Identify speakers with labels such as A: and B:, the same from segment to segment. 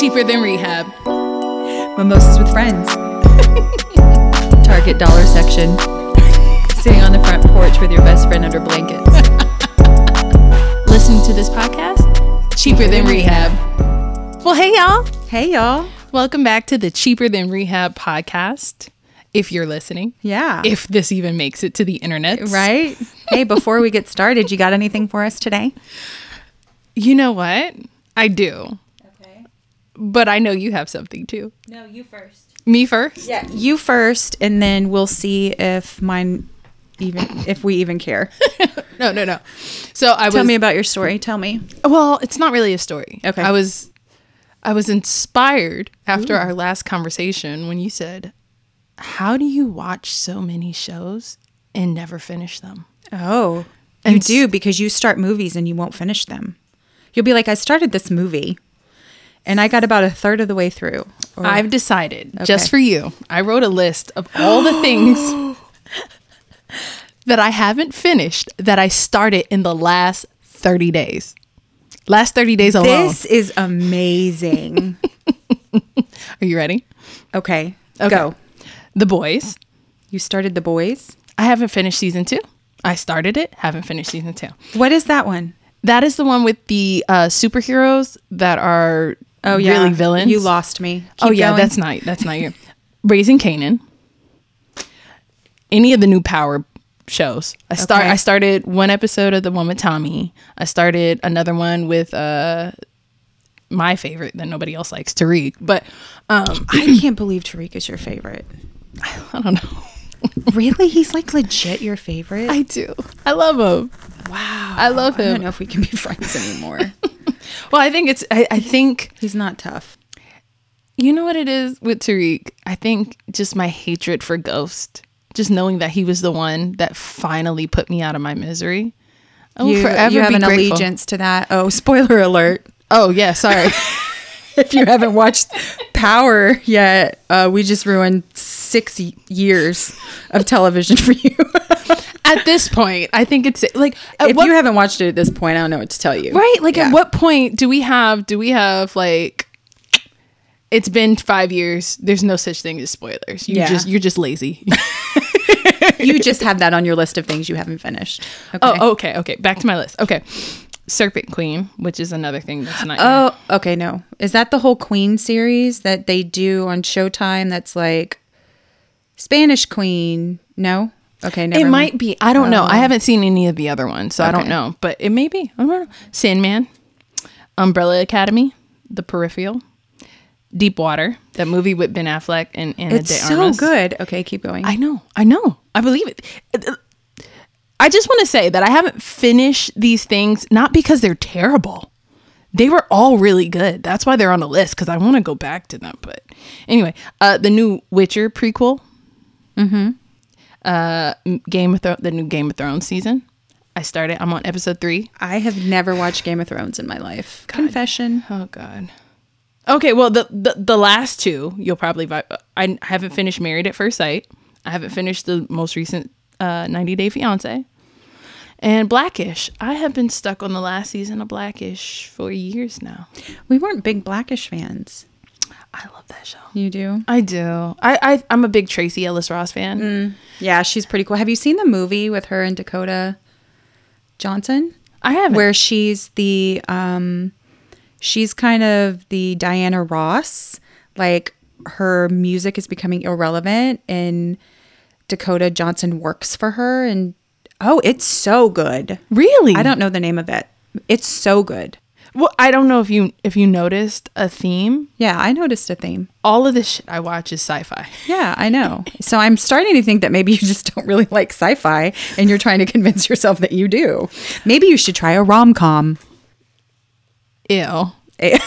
A: Cheaper than rehab.
B: Mimosas with friends. Target dollar section. Sitting on the front porch with your best friend under blankets. Listening to this podcast?
A: Cheaper than rehab. Well, hey, y'all.
B: Hey, y'all.
A: Welcome back to the Cheaper Than Rehab podcast. If you're listening,
B: Yeah.
A: if this even makes it to the internet,
B: right? hey, before we get started, you got anything for us today?
A: You know what? I do. But I know you have something too.
C: No, you first.
A: Me first?
C: Yeah.
B: You first, and then we'll see if mine even if we even care.
A: No, no, no. So I
B: Tell
A: was
B: me about your story. Tell me.
A: Well, it's not really a story.
B: Okay.
A: I was I was inspired after our last conversation when you said, "How do you watch so many shows and never finish them?"
B: Oh,
A: And
B: you
A: s-
B: do because you start movies and you won't finish them. You'll be like, I started this movie and I got about a third of the way through. Or-
A: I've decided
B: Okay.
A: just for you. I wrote a list of all the things that I haven't finished that I started in the last 30 days. Last 30 days alone.
B: this is amazing.
A: Are you ready?
B: okay,
A: Okay.
B: go.
A: The Boys.
B: You started The Boys.
A: I haven't finished season 2. I started it, haven't finished season 2.
B: What is that one?
A: That is the one with the uh, superheroes that are
B: Oh, yeah.
A: really villains.
B: You lost me. Keep
A: oh yeah,
B: going.
A: that's not that's not you. Raising Canaan. Any of the new Power shows. I start.
B: Okay.
A: I started one episode of the one with Tommy. I started another one with uh, my favorite that nobody else likes, Tariq. But um,
B: I can't believe Tariq is your favorite.
A: I don't know.
B: Really? He's like legit your favorite?
A: I do. I love him.
B: wow.
A: I love
B: I
A: him.
B: don't know if we can be friends anymore.
A: Well, I think it's. I, I think
B: He's not tough.
A: You know what it is with Tariq? I think just my hatred for Ghost, just knowing that he was the one that finally put me out of my misery. I will
B: you,
A: forever
B: you have
A: be
B: an
A: grateful.
B: allegiance to that. Oh, spoiler alert.
A: Oh yeah, sorry.
B: if you haven't watched Power yet, uh, we just ruined six y- years of television for you.
A: at this point, I think it's like at
B: if
A: what,
B: you haven't watched it at this point, I don't know what to tell you.
A: right? Like
B: Yeah.
A: at what point do we have? Do we have like? It's been five years. There's no such thing as spoilers. You
B: Yeah.
A: just you're just lazy.
B: you just have that on your list of things you haven't finished. Okay.
A: Oh okay okay. Back to my list. Okay, Serpent Queen, which is another thing that's not. Oh,
B: Oh, okay. No, is that the whole Queen series that they do on Showtime? That's like Spanish Queen. No. Okay. Never Oh.
A: It
B: mind.
A: might be. I don't know. I haven't seen any of the other ones, so I don't know. But it may be. I don't know. Sandman, Umbrella Academy, The Peripheral, Deep Water, that movie with Ben Affleck and Anna
B: It's
A: De
B: so
A: Armas.
B: good. Okay, keep going.
A: I know. I know. I believe it. I just want to say that I haven't finished these things not because they're terrible. They were all really good. That's why they're on the list because I want to go back to them. But anyway, uh, the new Witcher prequel, mm-hmm. uh, Game of Thro- the new Game of Thrones season. I started. I'm on episode three.
B: I have never watched Game of Thrones in my life. Confession.
A: Oh God. Okay, well the the, the last two you'll probably vi- I haven't finished Married at First Sight. I haven't finished the most recent uh, 90 Day Fiance. And Blackish. I have been stuck on the last season of Blackish for years now.
B: We weren't big Blackish fans.
A: I love that show.
B: You do?
A: I do. I, I I'm a big Tracy Ellis Ross fan.
B: Yeah, she's pretty cool. Have you seen the movie with her and Dakota Johnson?
A: I haven't.
B: Where she's the um she's kind of the Diana Ross. Like her music is becoming irrelevant and Dakota Johnson works for her and oh, it's so good.
A: Really?
B: I don't know the name of it. It's so good.
A: Well, I don't know if you if you noticed a theme.
B: Yeah, I noticed a theme.
A: All of the shit I watch is sci-fi.
B: Yeah, I know. So I'm starting to think that maybe you just don't really like sci-fi and you're trying to convince yourself that you do. Maybe you should try a rom-com.
A: Ew.
B: Eh.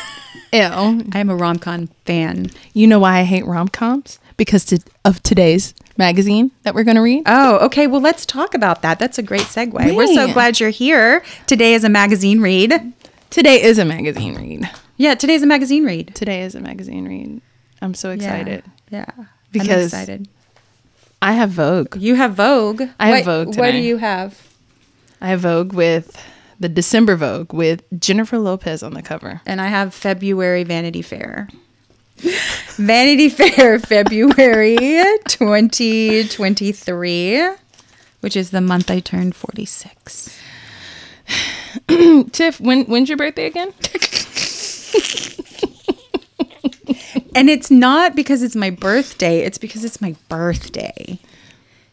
A: Ew.
B: I am a rom-com fan.
A: You know why I hate rom coms? Because to, of today's magazine that we're going to read.
B: Oh, okay. Well, let's talk about that. That's a great segue. We're so
A: Right.
B: glad you're here. Today is a magazine read.
A: Today is a magazine read.
B: Yeah, today's a magazine read.
A: Today is a magazine read. I'm so
B: Yeah.
A: excited.
B: Yeah. I'm
A: Because-
B: excited.
A: I have Vogue.
B: You have Vogue.
A: I have
B: What-
A: Vogue
B: What do
A: today.
B: you have?
A: I have Vogue with the December Vogue with Jennifer Lopez on the cover.
B: and I have February Vanity Fair. Vanity Fair February 2023, which is the month I turned 46.
A: Tiff, when when's your birthday again?
B: And it's not because it's my birthday, it's because it's my birthday.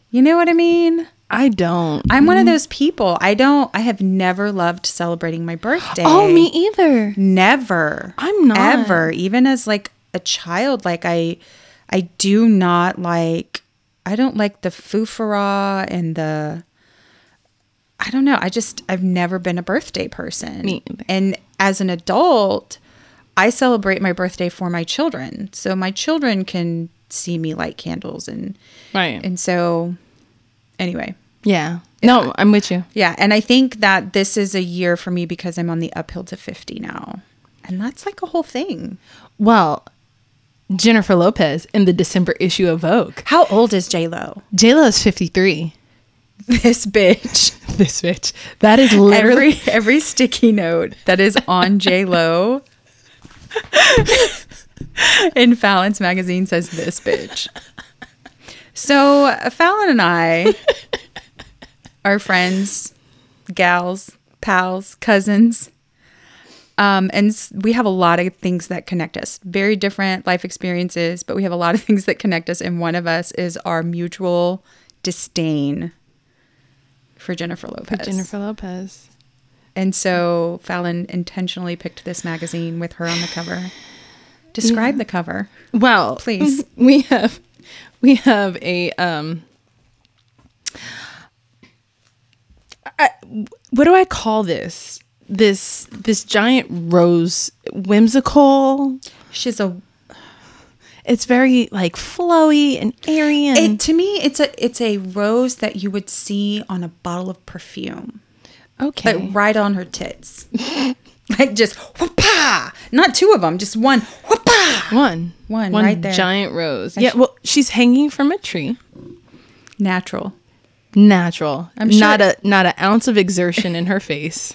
B: You know what I mean?
A: I don't.
B: I'm one of those people. I don't I have never loved celebrating my birthday.
A: Oh, me either.
B: Never.
A: I'm not.
B: ever, even as like a child. Like I, I do not like. I don't like the foofara and the. I don't know. I just I've never been a birthday person.
A: Me either.
B: And as an adult, I celebrate my birthday for my children, so my children can see me light candles and
A: Right.
B: and so. Anyway,
A: yeah. No, I'm with you.
B: yeah, and I think that this is a year for me because I'm on the uphill to 50 now. And that's like a whole thing.
A: Well, Jennifer Lopez in the December issue of Vogue.
B: How old is J Lo?
A: J Lo is 53.
B: This bitch.
A: This bitch. That is literally
B: Every every sticky note that is on J Lo in Fallon's magazine says this bitch. So uh, Fallon and I are friends, gals, pals, cousins. Um, and s- we have a lot of things that connect us. Very different life experiences, but we have a lot of things that connect us. And one of us is our mutual disdain for Jennifer Lopez.
A: Jennifer Lopez.
B: And so Fallon intentionally picked this magazine with her on the cover. Describe the cover.
A: Well,
B: Please.
A: We have we have a um I, what do I call this? This this giant rose whimsical.
B: She's a
A: It's very like flowy and airy and
B: it, to me it's a it's a rose that you would see on a bottle of perfume.
A: okay.
B: But right on her tits. like just whoopah. Not two of them, just one whoopah.
A: one.
B: One right there.
A: giant rose. Yeah, well, she's hanging from a tree.
B: Natural.
A: Natural.
B: I'm sure-
A: not a not an ounce of exertion in her face.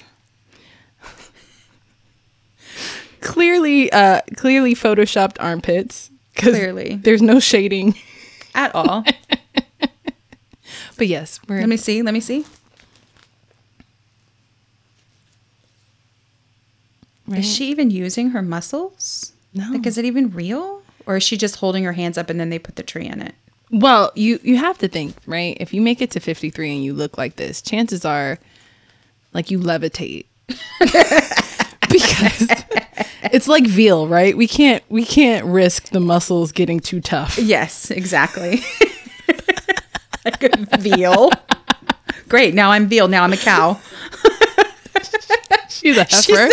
A: clearly, uh, clearly photoshopped armpits. 'cause
B: Clearly.
A: there's no shading.
B: At all.
A: But yes, we're
B: let me see. Let me see.
A: right?
B: Is she even using her muscles?
A: No.
B: Like is it even real? Or is she just holding her hands up and then they put the tree in it?
A: Well, you you have to think, right? If you make it to 53 and you look like this, chances are like you levitate. because it's like veal, right? We can't we can't risk the muscles getting too tough.
B: Yes, exactly. like a veal. Great. Now I'm veal. Now I'm a cow.
A: She's a heifer.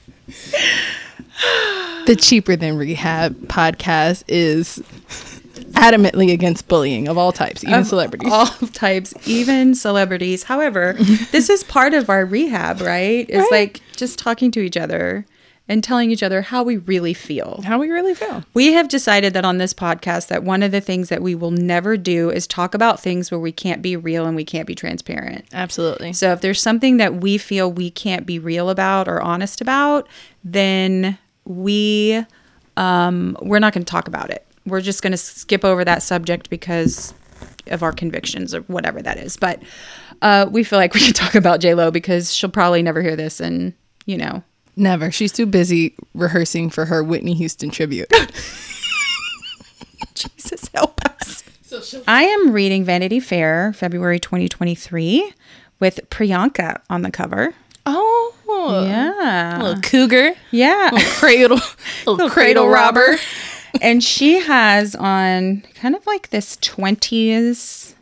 A: the cheaper than rehab podcast is adamantly against bullying of all types, even celebrities.
B: All types, even celebrities. However, this is part of our rehab, right? It's
A: Right.
B: like just talking to each other and telling each other how we really feel.
A: How we really feel.
B: We have decided that on this podcast that one of the things that we will never do is talk about things where we can't be real and we can't be transparent.
A: Absolutely.
B: So if there's something that we feel we can't be real about or honest about, then we um, we're not going to talk about it. We're just going to skip over that subject because of our convictions or whatever that is. But uh, we feel like we can talk about J Lo because she'll probably never hear this, and you know,
A: Never. She's too busy rehearsing for her Whitney Houston tribute.
B: Jesus help us. I am reading Vanity Fair, February 2023, with Priyanka on the cover.
A: oh.
B: Yeah.
A: Little cougar.
B: Yeah.
A: Cradle. Little, cradle, robber.
B: and she has on kind of like this 20s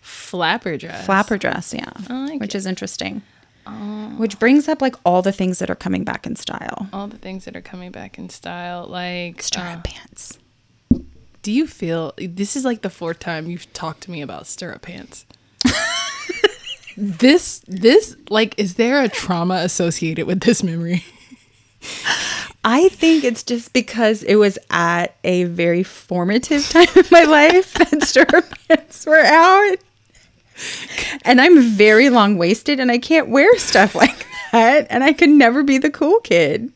A: Flapper dress.
B: flapper dress, yeah,
A: like Oh.
B: which is interesting. Which brings up like all the things that are coming back in style.
A: all the things that are coming back in style. Like,
B: Stirrup pants.
A: do you feel this is like the fourth time you've talked to me about stirrup pants? this, this, like, is there a trauma associated with this memory?
B: I think it's just because it was at a very formative time in my life that stirrup pants were out. and I'm very long waisted and I can't wear stuff like that. And I could never be the cool kid.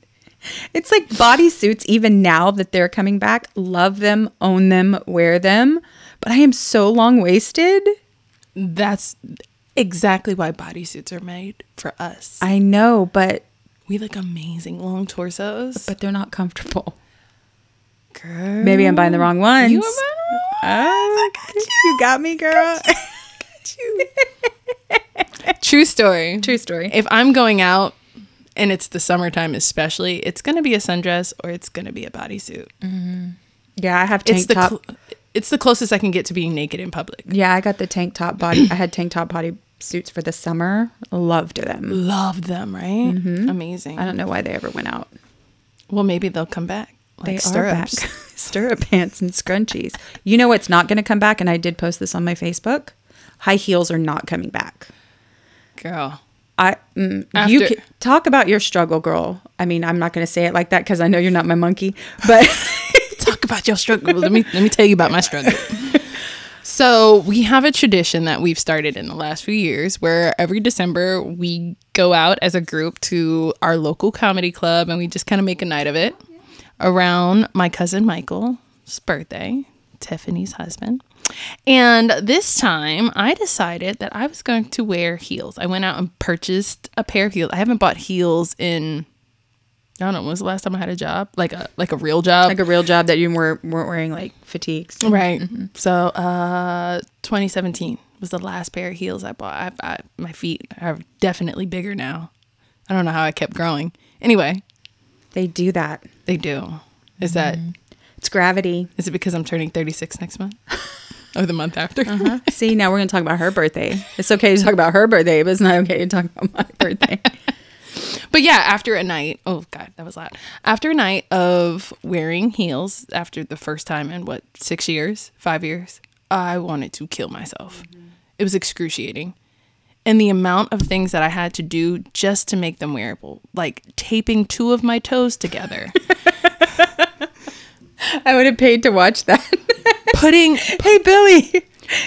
B: It's like bodysuits, even now that they're coming back, love them, own them, wear them. But I am so long waisted.
A: That's exactly why bodysuits are made for us.
B: I know, but
A: We look amazing long torsos.
B: but they're not comfortable.
A: Girl.
B: Maybe I'm buying the wrong ones.
A: You are
B: Ah, you got me, girl. Got you.
A: True story.
B: True story.
A: If I'm going out and it's the summertime, especially, it's going to be a sundress or it's going to be a bodysuit.
B: Yeah, I have tank
A: It's the
B: top.
A: cl- it's the closest I can get to being naked in public.
B: yeah, I got the tank top body. I had tank top body suits for the summer. Loved them.
A: Love them, right? Amazing.
B: I don't know why they ever went out.
A: Well, maybe they'll come back. Like
B: they
A: stirrups.
B: are back. Stirrup pants and scrunchies. You know what's not going to come back? And I did post this on my Facebook. High heels are not coming back.
A: Girl.
B: I mm, you
A: After-
B: ca- talk about your struggle, girl. I mean, I'm not going to say it like that because I know you're not my monkey, but
A: Talk about your struggle. let me let me tell you about my struggle. So we have a tradition that we've started in the last few years where every December we go out as a group to our local comedy club and we just kind of make a night of it around my cousin Michael's birthday, Tiffany's husband. And this time I decided that I was going to wear heels. I went out and purchased a pair of heels. I haven't bought heels in I don't know, when was the last time I had a job? Like a like a real job.
B: like a real job that you were, weren't wearing like fatigues.
A: Right. So, uh, 2017 was the last pair of heels I bought. I, I, my feet are definitely bigger now. I don't know how I kept growing. Anyway,
B: They do that.
A: they do. Is that
B: It's gravity.
A: is it because I'm turning 36 next month Uh-huh. or Oh, the month after?
B: See, now we're going to talk about her birthday. It's okay to talk about her birthday, but it's not okay to talk about my birthday.
A: But yeah, after a night, oh god, that was loud. After a night of wearing heels, after the first time in what six years, five years, I wanted to kill myself. It was excruciating, and the amount of things that I had to do just to make them wearable, like taping two of my toes together,
B: I would have paid to watch that.
A: putting
B: hey, Billy.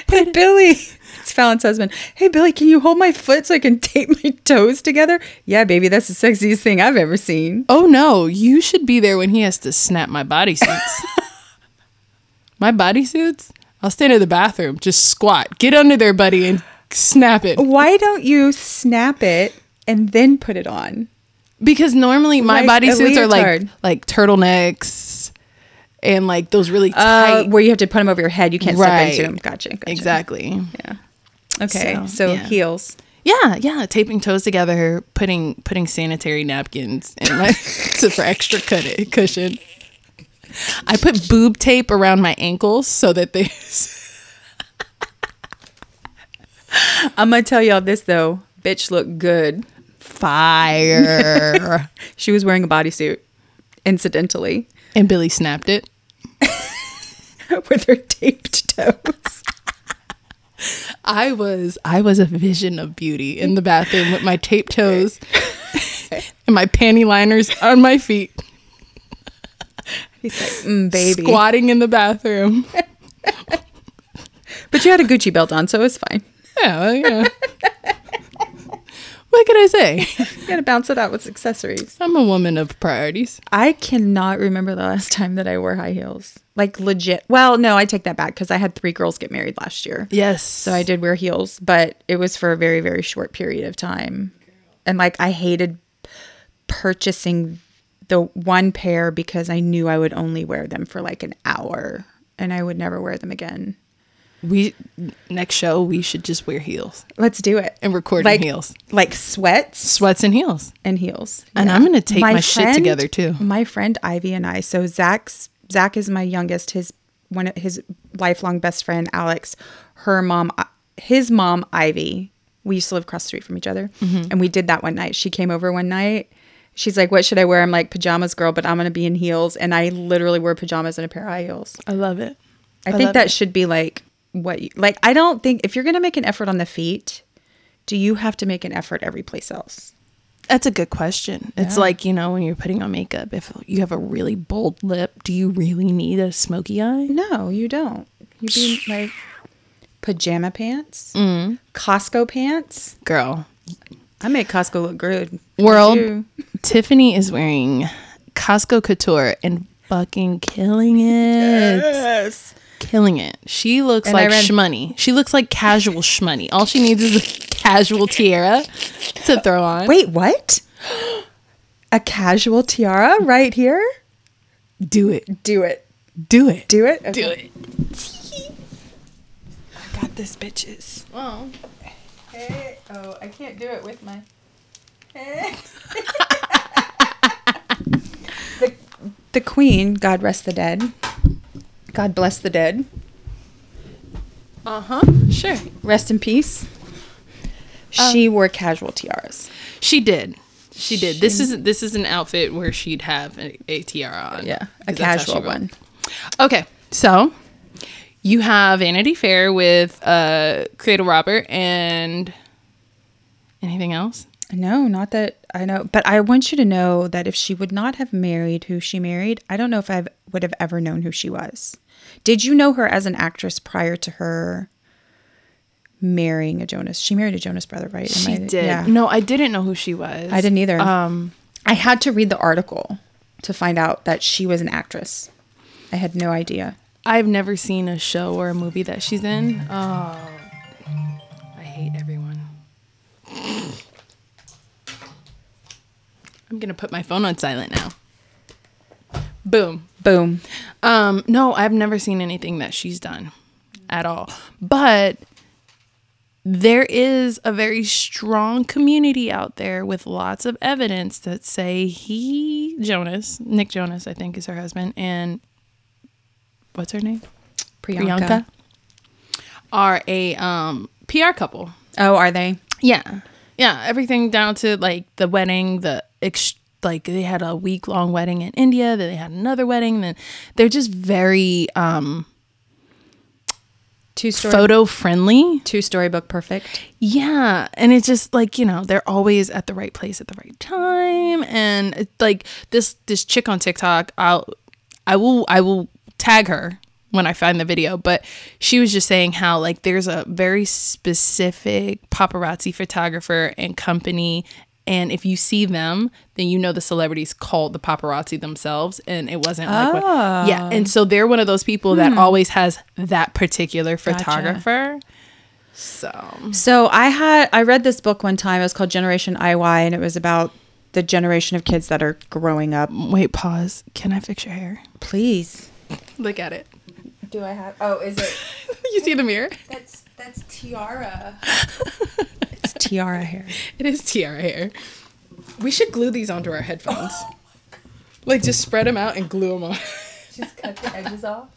B: Hey, Billy. It's Fallon's husband. Hey, Billy, can you hold my foot so I can tape my toes together? Yeah, baby, that's the sexiest thing I've ever seen.
A: Oh no, you should be there when he has to snap my bodysuits. my bodysuits? I'll stand in the bathroom, just squat, get under there, buddy, and snap it.
B: Why don't you snap it and then put it on?
A: Because normally my
B: Like a
A: bodysuits are like
B: leotard.
A: like turtlenecks and like those really
B: Uh,
A: tight.
B: where you have to put them over your head. You can't
A: Right.
B: step into them. Gotcha. gotcha.
A: Exactly.
B: Yeah. Okay.
A: So,
B: So,
A: yeah.
B: heels.
A: Yeah, yeah. Taping toes together, putting putting sanitary napkins in my to, for extra cut- cushion. I put boob tape around my ankles so that they
B: I'm going to tell y'all this, though. Bitch looked good.
A: fire.
B: She was wearing a bodysuit, incidentally,
A: and Billy snapped it.
B: with her taped toes.
A: I was I was a vision of beauty in the bathroom with my taped toes and my panty liners on my feet.
B: He's like, mm, baby.
A: squatting in the bathroom.
B: But you had a Gucci belt on, so it was fine.
A: Yeah, well, yeah. what can I say?
B: You gotta bounce it out with accessories.
A: I'm a woman of priorities.
B: I cannot remember the last time that I wore high heels. Like legit. Well, no, I take that back because I had three girls get married last year.
A: Yes. So
B: I did wear heels, but it was for a very, very short period of time. And like I hated purchasing the one pair because I knew I would only wear them for like an hour and I would never wear them again.
A: we next show we should just wear heels
B: Let's do it.
A: and record
B: like,
A: in heels,
B: Like sweats
A: sweats and heels.
B: and heels.
A: And I'm gonna tape my shit
B: friend-
A: together, too.
B: My friend Ivy and I. So Zach's Zach is my youngest. His one of his lifelong best friend Alex. Her mom, his mom Ivy. We used to live across the street from each other,
A: Mm-hmm.
B: and we did that one night. She came over one night. She's like, "What should I wear?" I'm like, "Pajamas, girl," but I'm gonna be in heels, and I literally wear pajamas and a pair of high heels.
A: I love it.
B: I, think
A: love
B: that
A: it.
B: should be like what you like. I don't think if you're gonna make an effort on the feet, do you have to make an effort every place else?
A: That's a good question. It's like, you know, when you're putting on makeup, if you have a really bold lip, do you really need a smoky eye?
B: No, you don't. You be like, pajama pants, Costco pants.
A: Girl,
B: Mm. I make Costco look good.
A: world, Tiffany is wearing Costco Couture and fucking killing it.
B: Yes.
A: Killing it. She looks
B: And I
A: like
B: ran-
A: shmoney. She looks like casual shmoney. All she needs is a casual tiara to throw on.
B: Wait, what? A casual tiara right here?
A: do it.
B: Do it.
A: Do it.
B: Do it.
A: Do
B: Okay.
A: it.
B: I got this, bitches.
A: Oh.
B: Hey, oh, I can't do it with my. the, the queen, God rest the dead. God bless the dead.
A: Uh huh. Sure.
B: Rest in peace. She
A: Um,
B: wore casual tiaras.
A: She did. She did. This is this is an outfit where she'd have a, a tiara on.
B: a
A: 'Cause that's how
B: casual
A: she rolled.
B: one.
A: Okay, so you have Vanity Fair with uh, Cradle Robber and anything else?
B: No, not that I know, but I want you to know that if she would not have married who she married, I don't know if I would have ever known who she was. Did you know her as an actress prior to her marrying a Jonas? She married a Jonas brother, right? Am I- Yeah.
A: No, I didn't know who she was.
B: I didn't either.
A: Um,
B: I had to read the article to find out that she was an actress. I had no idea.
A: I've never seen a show or a movie that she's in. Oh, I hate everyone. I'm gonna put my phone on silent now. Boom.
B: Boom.
A: Um, no, I've never seen anything that she's done at all. But there is a very strong community out there with lots of evidence that say he Jonas, Nick Jonas, I think is her husband, and what's her name?
B: Priyanka.
A: Are a um PR couple.
B: Oh, are they?
A: Yeah. Yeah. Everything down to like the wedding, the ex- like they had a week long wedding in India, then they had another wedding, then they're just very um
B: Two story.
A: photo friendly.
B: two storybook perfect.
A: Yeah. And it's just like, you know, they're always at the right place at the right time. And it's like this this chick on TikTok, I'll I will I will tag her when I find the video, but she was just saying how like there's a very specific paparazzi photographer and company and if you see them, then you know the celebrities called the paparazzi themselves, and it wasn't like what, yeah. And so they're one of those people that always has that particular photographer. So
B: So I had I read this book one time. It was called Generation IY, and it was about the generation of kids that are growing up.
A: Wait, pause. Can I fix your hair?
B: Please.
A: Look at it.
B: Do I have? Oh, is it?
A: you see the mirror?
B: That's that's tiara. it's tiara hair.
A: It is tiara hair. We should glue these onto our headphones. like just spread them out and glue them on.
B: Just cut the edges off.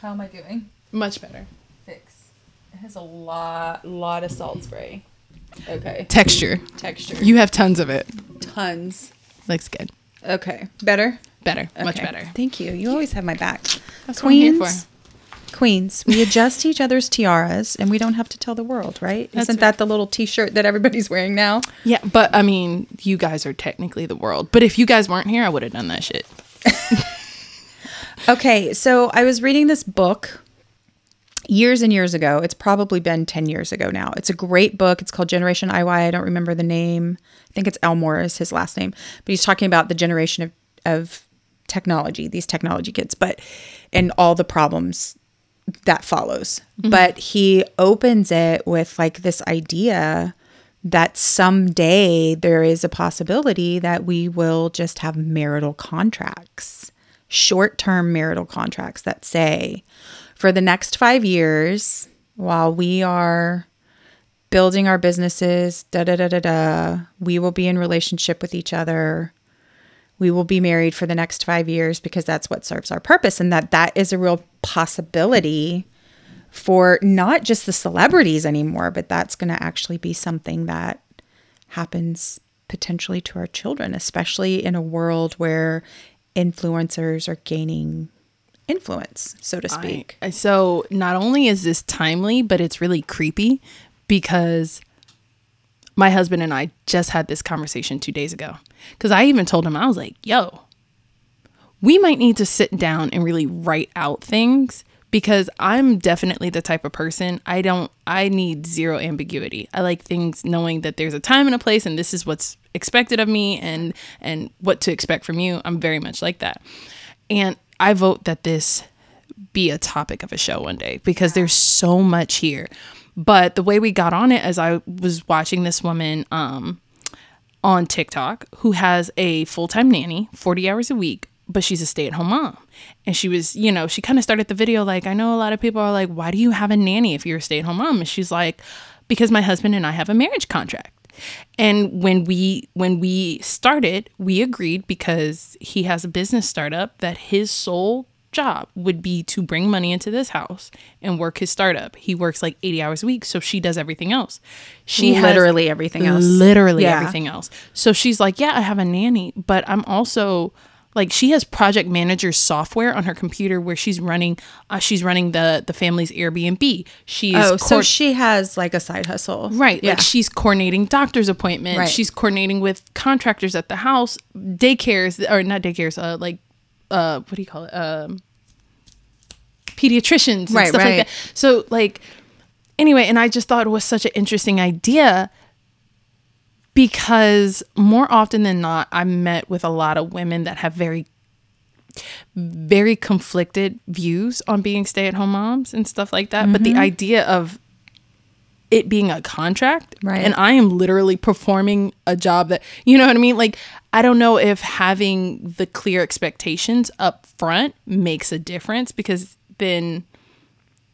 B: How am I doing?
A: Much better.
B: Fix. It has a lot lot of salt spray. Okay.
A: Texture.
B: Texture.
A: You have tons of it.
B: Tons.
A: Looks good.
B: Okay. Better.
A: Better. Much
B: Okay.
A: better.
B: Thank you. You always have my back.
A: That's what I'm here for.
B: Queens, we adjust each other's tiaras and we don't have to tell the world, right?
A: That's
B: Isn't that the little t shirt that everybody's wearing now?
A: Yeah, but I mean, you guys are technically the world. But if you guys weren't here, I would have done that shit.
B: Okay, so I was reading this book years and years ago. It's probably been 10 years ago now. It's a great book. It's called Generation IY. I don't remember the name. I think it's Elmore is his last name. But he's talking about the generation of, of technology, these technology kids, but and all the problems that follows. But he opens it with like this idea that someday there is a possibility that we will just have marital contracts, short term marital contracts that say for the next five years, while we are building our businesses, da da da da da, we will be in relationship with each other. We will be married for the next five years because that's what serves our purpose, and that that is a real possibility for not just the celebrities anymore, but that's going to actually be something that happens potentially to our children, especially in a world where influencers are gaining influence, so to speak.
A: I- so not only is this timely, but it's really creepy because my husband and I just had this conversation two days ago. Because I even told him, I was like, yo, we might need to sit down and really write out things because I'm definitely the type of person I don't I need zero ambiguity. I like things knowing that there's a time and a place and this is what's expected of me and and what to expect from you. I'm very much like that. And I vote that this be a topic of a show one day because there's so much here. But the way we got on it as I was watching this woman um on TikTok who has a full time nanny, 40 hours a week, but she's a stay at home mom. And she was, you know, she kind of started the video like, I know a lot of people are like, why do you have a nanny if you're a stay at home mom? And she's like, because my husband and I have a marriage contract. And when we when we started, we agreed because he has a business startup that his sole job would be to bring money into this house and work his startup. He works like 80 hours a week, so she does everything else. She has-
B: Literally everything else.
A: Literally
B: Yeah.
A: everything else. So she's like, Yeah, I have a nanny, but I'm also like she has project manager software on her computer where she's running uh, she's running the the family's Airbnb. She is
B: Oh, so
A: coor-
B: she has like a side hustle.
A: Right.
B: Yeah.
A: Like she's coordinating doctor's appointments.
B: Right.
A: She's coordinating with contractors at the house, daycares or not daycares, uh, like uh, what do you call it? Um, pediatricians and
B: Right,
A: stuff
B: right.
A: like that. So like anyway, and I just thought it was such an interesting idea because more often than not, I'm met with a lot of women that have very very conflicted views on being stay-at-home moms and stuff like that but the
B: Mm-hmm.
A: idea of it being a contract
B: Right.
A: and i am literally performing a job that you know what i mean like i don't know if having the clear expectations up front makes a difference because then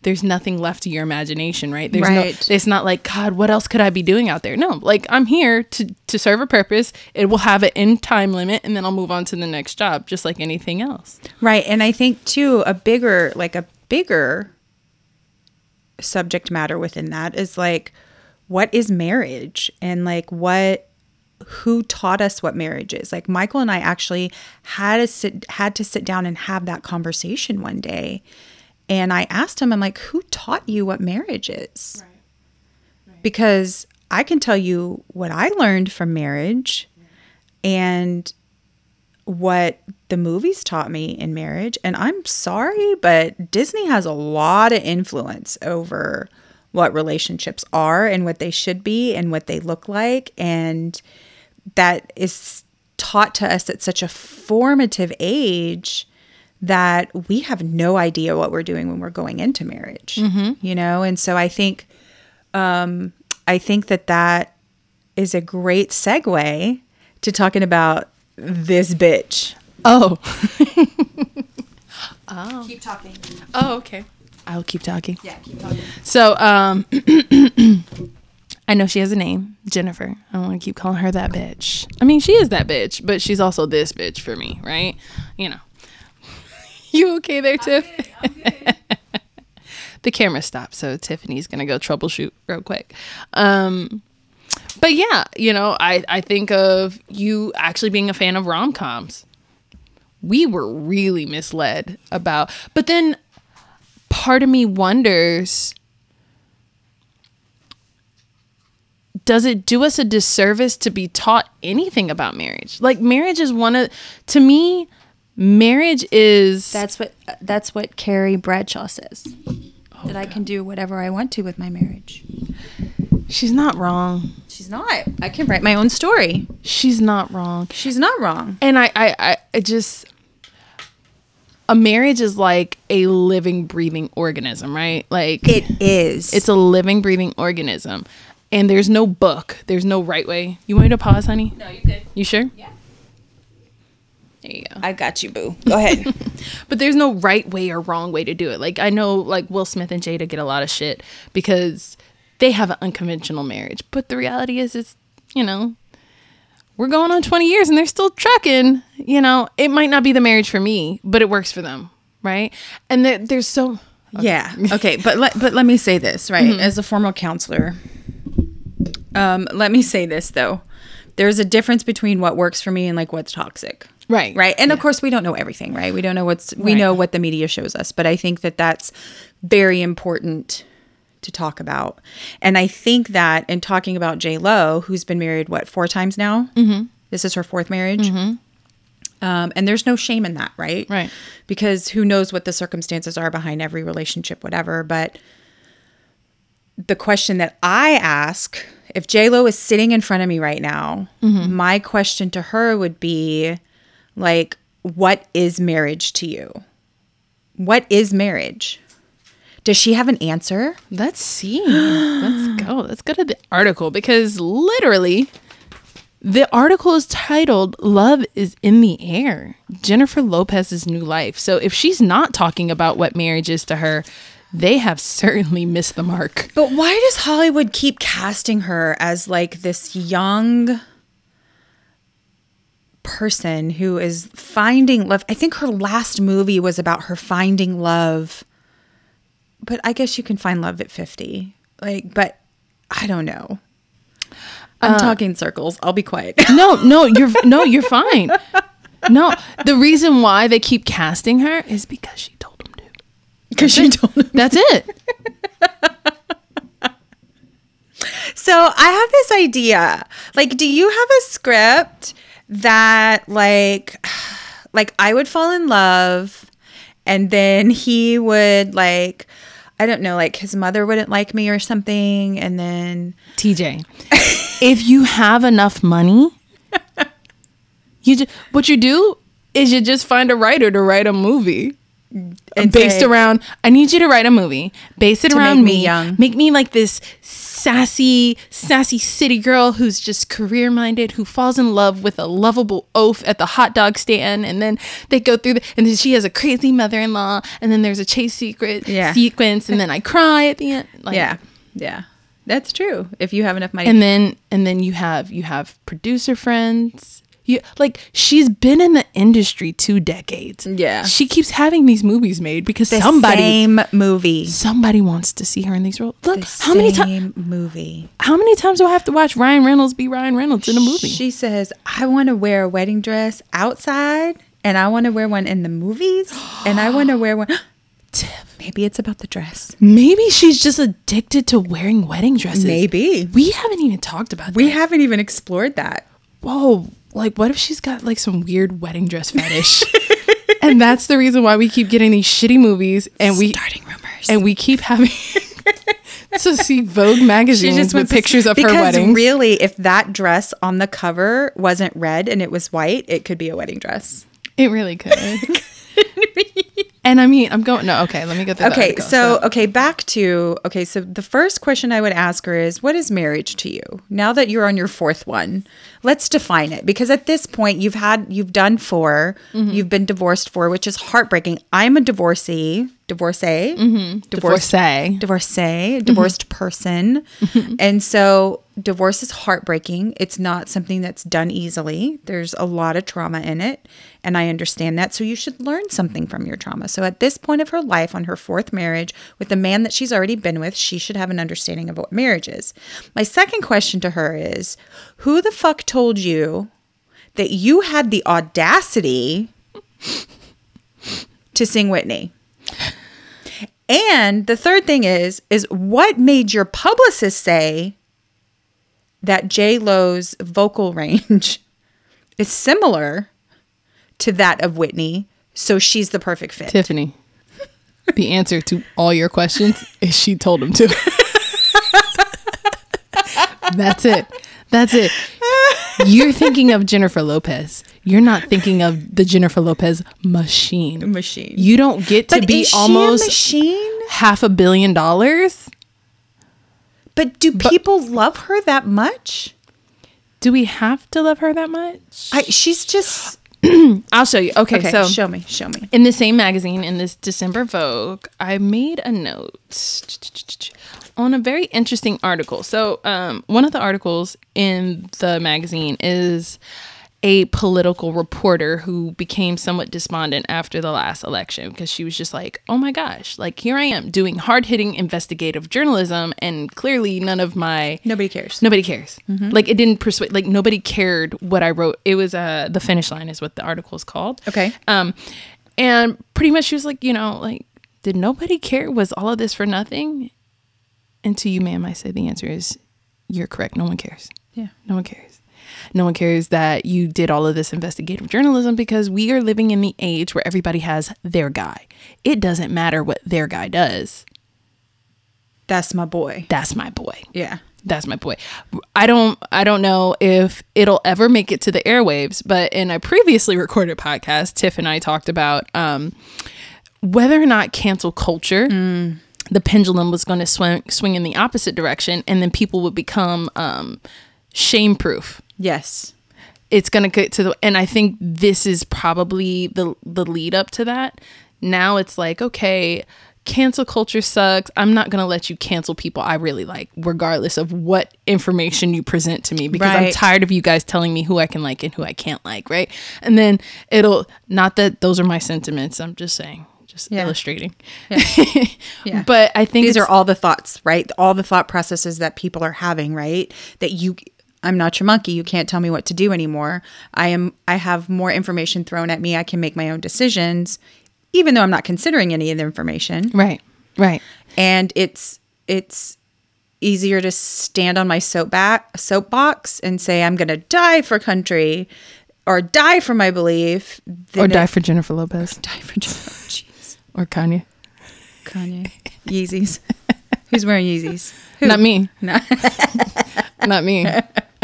A: there's nothing left to your imagination right there's
B: Right.
A: no it's not like god what else could i be doing out there no like i'm here to to serve a purpose it will have an end time limit and then i'll move on to the next job just like anything else
B: Right. And I think too, a bigger, like a bigger subject matter within that is like, what is marriage? And like, what, who taught us what marriage is? Like Michael and I actually had to sit, had to sit down and have that conversation one day. And I asked him, I'm like, who taught you what marriage is? because I can tell you what I learned from marriage and what the movies taught me in marriage. And I'm sorry, but Disney has a lot of influence over what relationships are and what they should be and what they look like. And that is taught to us at such a formative age that we have no idea what we're doing when we're going into marriage, you know? And so I think um, I think that that is a great segue to talking about this bitch.
A: oh
B: Keep talking.
A: oh okay i'll keep talking
B: Yeah, keep talking.
A: so um i know she has a name jennifer i don't want to keep calling her that bitch i mean she is that bitch but she's also this bitch for me right you know you okay there tiff the camera stopped, so Tiffany's gonna go troubleshoot real quick. Um, but yeah, you know, I I think of you actually being a fan of rom coms. We were really misled about, but then part of me wonders. Does it do us a disservice to be taught anything about marriage? Like marriage is one of to me, marriage is
C: That's what uh, that's what Carrie Bradshaw says.
B: Oh,
C: that I can do whatever I want to with my marriage.
A: she's not wrong.
B: She's not. I can write my own story.
A: She's not wrong.
B: She's not wrong.
A: and I, I, I, I just a marriage is like a living, breathing organism, right? Like
B: It is.
A: it's a living, breathing organism, and there's no book, there's no right way. You want me to pause, honey? No, you good. You sure? Yeah. There you go.
B: I got you, boo. Go ahead.
A: But there's no right way or wrong way to do it. Like I know, like Will Smith and Jada get a lot of shit because they have an unconventional marriage. But the reality is, it's you know, we're going on 20 years and they're still trucking. You know, it might not be the marriage for me, but it works for them, right? And there, there's so
B: Yeah. Okay. Mm-hmm. But let but let me say this right as a formal counselor. Um, let me say this though, there's a difference between what works for me and like what's toxic.
A: Right.
B: Right. And of course, we don't know everything. Right. We don't know what's we know what the media shows us, but I think that that's very important to talk about. And I think that in talking about J Lo, who's been married what four times now. Mm-hmm. This is her fourth marriage. Um, and there's no shame in that, right?
A: Right.
B: Because who knows what the circumstances are behind every relationship, whatever. But the question that I ask if JLo is sitting in front of me right now, my question to her would be like, what is marriage to you? What is marriage? Does she have an answer?
A: Let's see. Let's go. Let's go to the article because literally the article is titled Love is in the Air Jennifer Lopez's New Life. So if she's not talking about what marriage is to her, they have certainly missed the mark.
B: But why does Hollywood keep casting her as like this young person who is finding love? I think her last movie was about her finding love. But I guess you can find love at 50. Like, but I don't know. I'm talking circles. I'll be quiet.
A: No, no, you're no, you're fine. No, the reason why they keep casting her is because she told them to.
B: Because she told him.
A: That's it.
B: So I have this idea. Like, do you have a script that like like I would fall in love and then he would like I don't know, like his mother wouldn't like me or something, and then
A: TJ, if you have enough money, you just, what you do is you just find a writer to write a movie
B: and
A: based
B: say,
A: around. I need you to write a movie based it around
B: make me
A: me,
B: young.
A: make me like this sassy, sassy city girl who's just career minded, who falls in love with a lovable oaf at the hot dog stand, and then they go through the, and then she has a crazy mother in law, and then there's a chase secret
B: Yeah.
A: sequence, and then I cry at the end. Like,
B: Yeah. Yeah. That's true. If you have enough money.
A: and then and then you have you have producer friends you like she's been in the industry two decades
B: Yeah.
A: she keeps having these movies made because
B: the
A: somebody
B: same movie.
A: somebody wants to see her in these roles look
B: The
A: how many times
B: same movie.
A: how many times do i have to watch ryan reynolds be ryan reynolds in a movie
B: She says, I want to wear a wedding dress outside and I want to wear one in the movies and I want to wear one.
A: Tiff,
B: Maybe it's about the dress.
A: maybe she's just addicted to wearing wedding dresses
B: Maybe.
A: we haven't even talked about
B: We
A: that.
B: haven't even explored that.
A: whoa like what if she's got like some weird wedding dress fetish and that's the reason why we keep getting these shitty movies and we
B: Starting rumors.
A: and we keep having to see Vogue magazines with
B: to-
A: pictures of her
B: because
A: weddings.
B: really, if that dress on the cover wasn't red and it was white, it could be a wedding dress.
A: it really could. and I mean, I'm going. No, okay. Let me go through. the
B: Okay,
A: article.
B: so okay, back to okay. So the first question I would ask her is, "What is marriage to you?" Now that you're on your fourth one, let's define it because at this point you've had you've done 4 you you've been divorced four, which is heartbreaking. I'm a divorcee, divorcee, divorced
A: divorcee.
B: divorcee, divorced person. And so divorce is heartbreaking. It's not something that's done easily. There's a lot of trauma in it, and I understand that. So you should learn something from your trauma. So at this point of her life on her fourth marriage with the man that she's already been with, she should have an understanding of what marriage is. My second question to her is, who the fuck told you that you had the audacity to sing Whitney? And the third thing is, is what made your publicist say that J Lo's vocal range is similar to that of Whitney, so she's the perfect fit.
A: Tiffany, the answer to all your questions is she told him to. That's it. That's it. You're thinking of Jennifer Lopez. You're not thinking of the Jennifer Lopez machine.
B: Machine.
A: You don't get to
B: but
A: be
B: is she a
A: almost
B: machine?
A: half a billion dollars
B: But do people love her that much?
A: Do we have to love her that much?
B: I, she's just
A: I'll show you. Okay,
B: okay.
A: so
B: show me, show me.
A: in the same magazine, in this December Vogue, I made a note on a very interesting article. So, um, one of the articles in the magazine is a political reporter who became somewhat despondent after the last election because she was just like, oh my gosh, like here I am doing hard hitting investigative journalism, and clearly none of my
B: Nobody cares.
A: Nobody cares. Like it didn't persuade. Like nobody cared what I wrote. It was uh the finish line is what the article is called.
B: Okay.
A: Um, and pretty much she was like, you know, like did nobody care? Was all of this for nothing? And to you, ma'am, I say the answer is, you're correct. No one cares.
B: Yeah.
A: No one cares. No one cares that you did all of this investigative journalism because we are living in the age where everybody has their guy. It doesn't matter what their guy does.
B: That's my boy.
A: That's my boy.
B: Yeah.
A: That's my boy. I don't I don't know if it'll ever make it to the airwaves, but in a previously recorded podcast, Tiff and I talked about um, whether or not cancel culture, the pendulum was going to swing swing in the opposite direction, and then people would become um, shame proof.
B: Yes.
A: It's going to get to the, and I think this is probably the the lead up to that. Now it's like okay. Cancel culture sucks. I'm not going to let you cancel people I really like, regardless of what information you present to me, because I'm
B: Right.
A: tired of you guys telling me who I can like and who I can't like, right? And then it'll, not that those are my sentiments, I'm just saying, just
B: Yeah.
A: illustrating.
B: Yeah.
A: But I think
B: These
A: it's-
B: are all the thoughts, right? All the thought processes that people are having, right? That you I'm not your monkey. You can't tell me what to do anymore. I am I have more information thrown at me. I can make my own decisions even though I'm not considering any of the information.
A: right, right.
B: And it's it's easier to stand on my soapba- soapbox and say I'm going to die for country or die for my belief than
A: or
B: it-
A: die for Jennifer Lopez
B: die for Jeez.
A: or Kanye.
B: Kanye. Yeezys. Who's wearing Yeezys?
A: Not me. not me.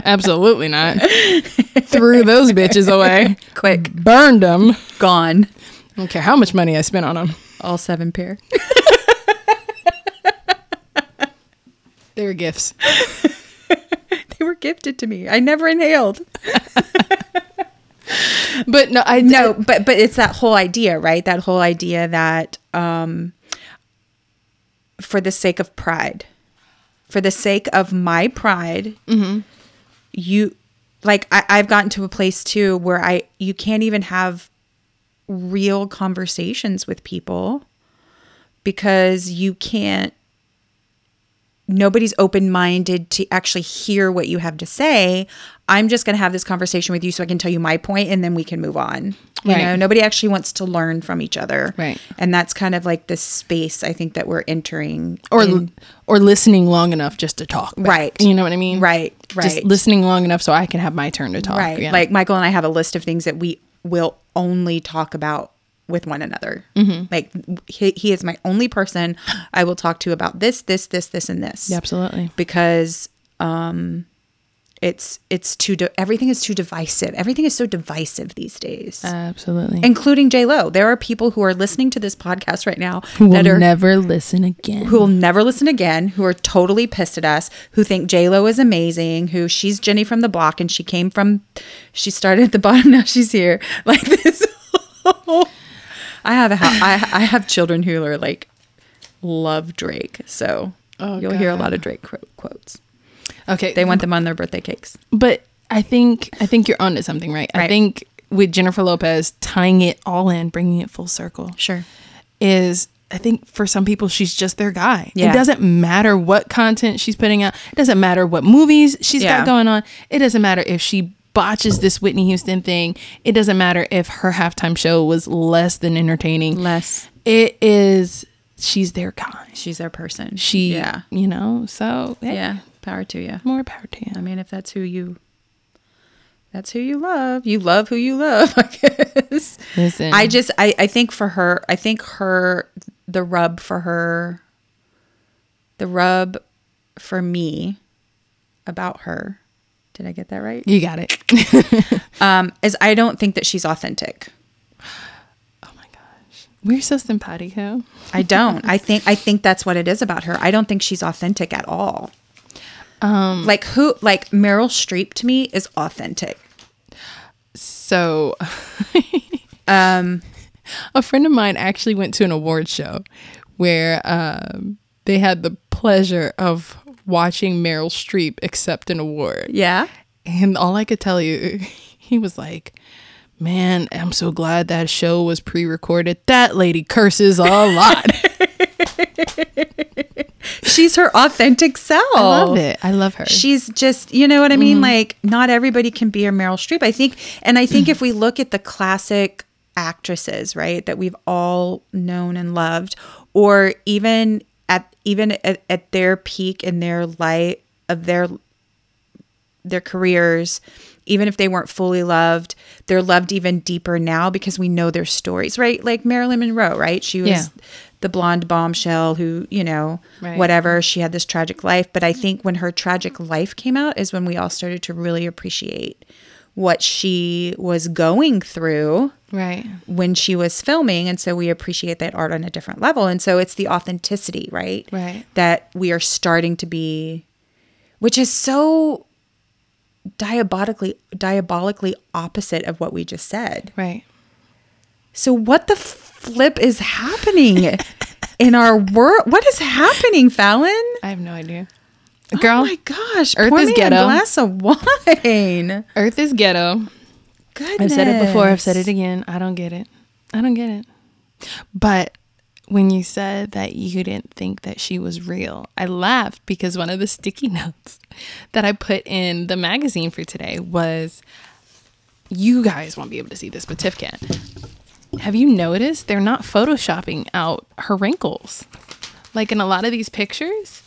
A: Absolutely not. Threw those bitches away.
B: Quick.
A: Burned them.
B: Gone.
A: I don't care how much money I spent on them.
B: All seven pair.
A: They were gifts.
B: they were gifted to me. I never inhaled.
A: But no, I
B: No, but but it's that whole idea, right? That whole idea that um for the sake of pride. For the sake of my pride, you like I, I've gotten to a place too where I you can't even have real conversations with people because you can't nobody's open minded to actually hear what you have to say. I'm just going to have this conversation with you so I can tell you my point and then we can move on. You
A: Right.
B: know, nobody actually wants to learn from each other.
A: Right.
B: And that's kind of like this space I think that we're entering.
A: or
B: in-
A: or listening long enough just to talk. back.
B: Mm. Right.
A: You know what I mean?
B: right, right.
A: Just listening long enough so I can have my turn to talk.
B: Right.
A: Yeah.
B: Like Michael and I have a list of things that we will only talk about with one another.
A: Mm-hmm.
B: Like he, he is my only person I will talk to about this, this, this, this, and this.
A: absolutely.
B: Because um, it's it's too di- everything is too divisive. Everything is so divisive these days.
A: Uh, Absolutely.
B: Including J Lo, there are people who are listening to this podcast right now
A: who
B: that
A: will
B: are
A: never listen again.
B: who will never listen again, who are totally pissed at us, who think Lo is amazing, who she's Jenny from the block and she came from, she started at the bottom, now she's here. Like this. whole- I have a ho- I, I have children who are like love Drake, so
A: Oh,
B: you'll hear a
A: God.
B: lot of Drake qu- quotes.
A: okay.
B: They want them on their birthday cakes.
A: But I think I think you're onto something, right? I
B: Right.
A: think with Jennifer Lopez tying it all in, bringing it full circle,
B: Sure.
A: is I think for some people she's just their guy. It
B: Yeah.
A: doesn't matter what content she's putting out. It doesn't matter what movies she's
B: Yeah.
A: got going on. It doesn't matter if she botches this Whitney Houston thing. It doesn't matter if her halftime show was less than entertaining.
B: Less.
A: It is she's their guy.
B: She's their person.
A: She,
B: yeah
A: you know, so yeah,
B: yeah power to you.
A: more power to you.
B: I mean, if that's who you. That's who you love. You love who you love, I guess.
A: Listen,
B: I just I, I think for her I think her the rub for her the rub for me about her did I get that right?
A: you got it.
B: Um is I don't think that she's authentic.
A: We're so simpatico.
B: I don't. I think I think that's what it is about her. I don't think she's authentic at all. Um like who like Meryl Streep to me is authentic.
A: So,
B: Um
A: a friend of mine actually went to an award show where um, they had the pleasure of watching Meryl Streep accept an award.
B: yeah.
A: And all I could tell you, he was like, Man, I'm so glad that show was pre recorded. That lady curses a lot.
B: She's her authentic self.
A: I love it. I love her. Mm-hmm.
B: She's just, you know what I mean? Like, not everybody can be a Meryl Streep. I think, and I
A: Mm.
B: think if we look at the classic actresses, right, that we've all known and loved, or even at even at, at their peak in their light of their their careers, even if they weren't fully loved, they're loved even deeper now because we know their stories, right? Like Marilyn Monroe, right? She was
A: Yeah.
B: the blonde bombshell who, you know,
A: Right.
B: whatever, she had this tragic life. But I think when her tragic life came out is when we all started to really appreciate what she was going through
A: Right.
B: when she was filming and so we appreciate that art on a different level and so it's the authenticity right
A: Right.
B: that we are starting to be which is so diabolically diabolically opposite of what we just said
A: Right.
B: so what the flip is happening in our world what is happening fallon
A: I have no idea. Girl,
B: oh my gosh
A: Earth
B: pour
A: is
B: me
A: ghetto.
B: a glass of wine
A: Earth is ghetto.
B: Goodness.
A: I've said it before. I've said it again. I don't get it. I don't get it. But when you said that you didn't think that she was real, I laughed because one of the sticky notes that I put in the magazine for today was you guys won't be able to see this, but Tiff can. Have you noticed they're not photoshopping out her wrinkles? Like in a lot of these pictures.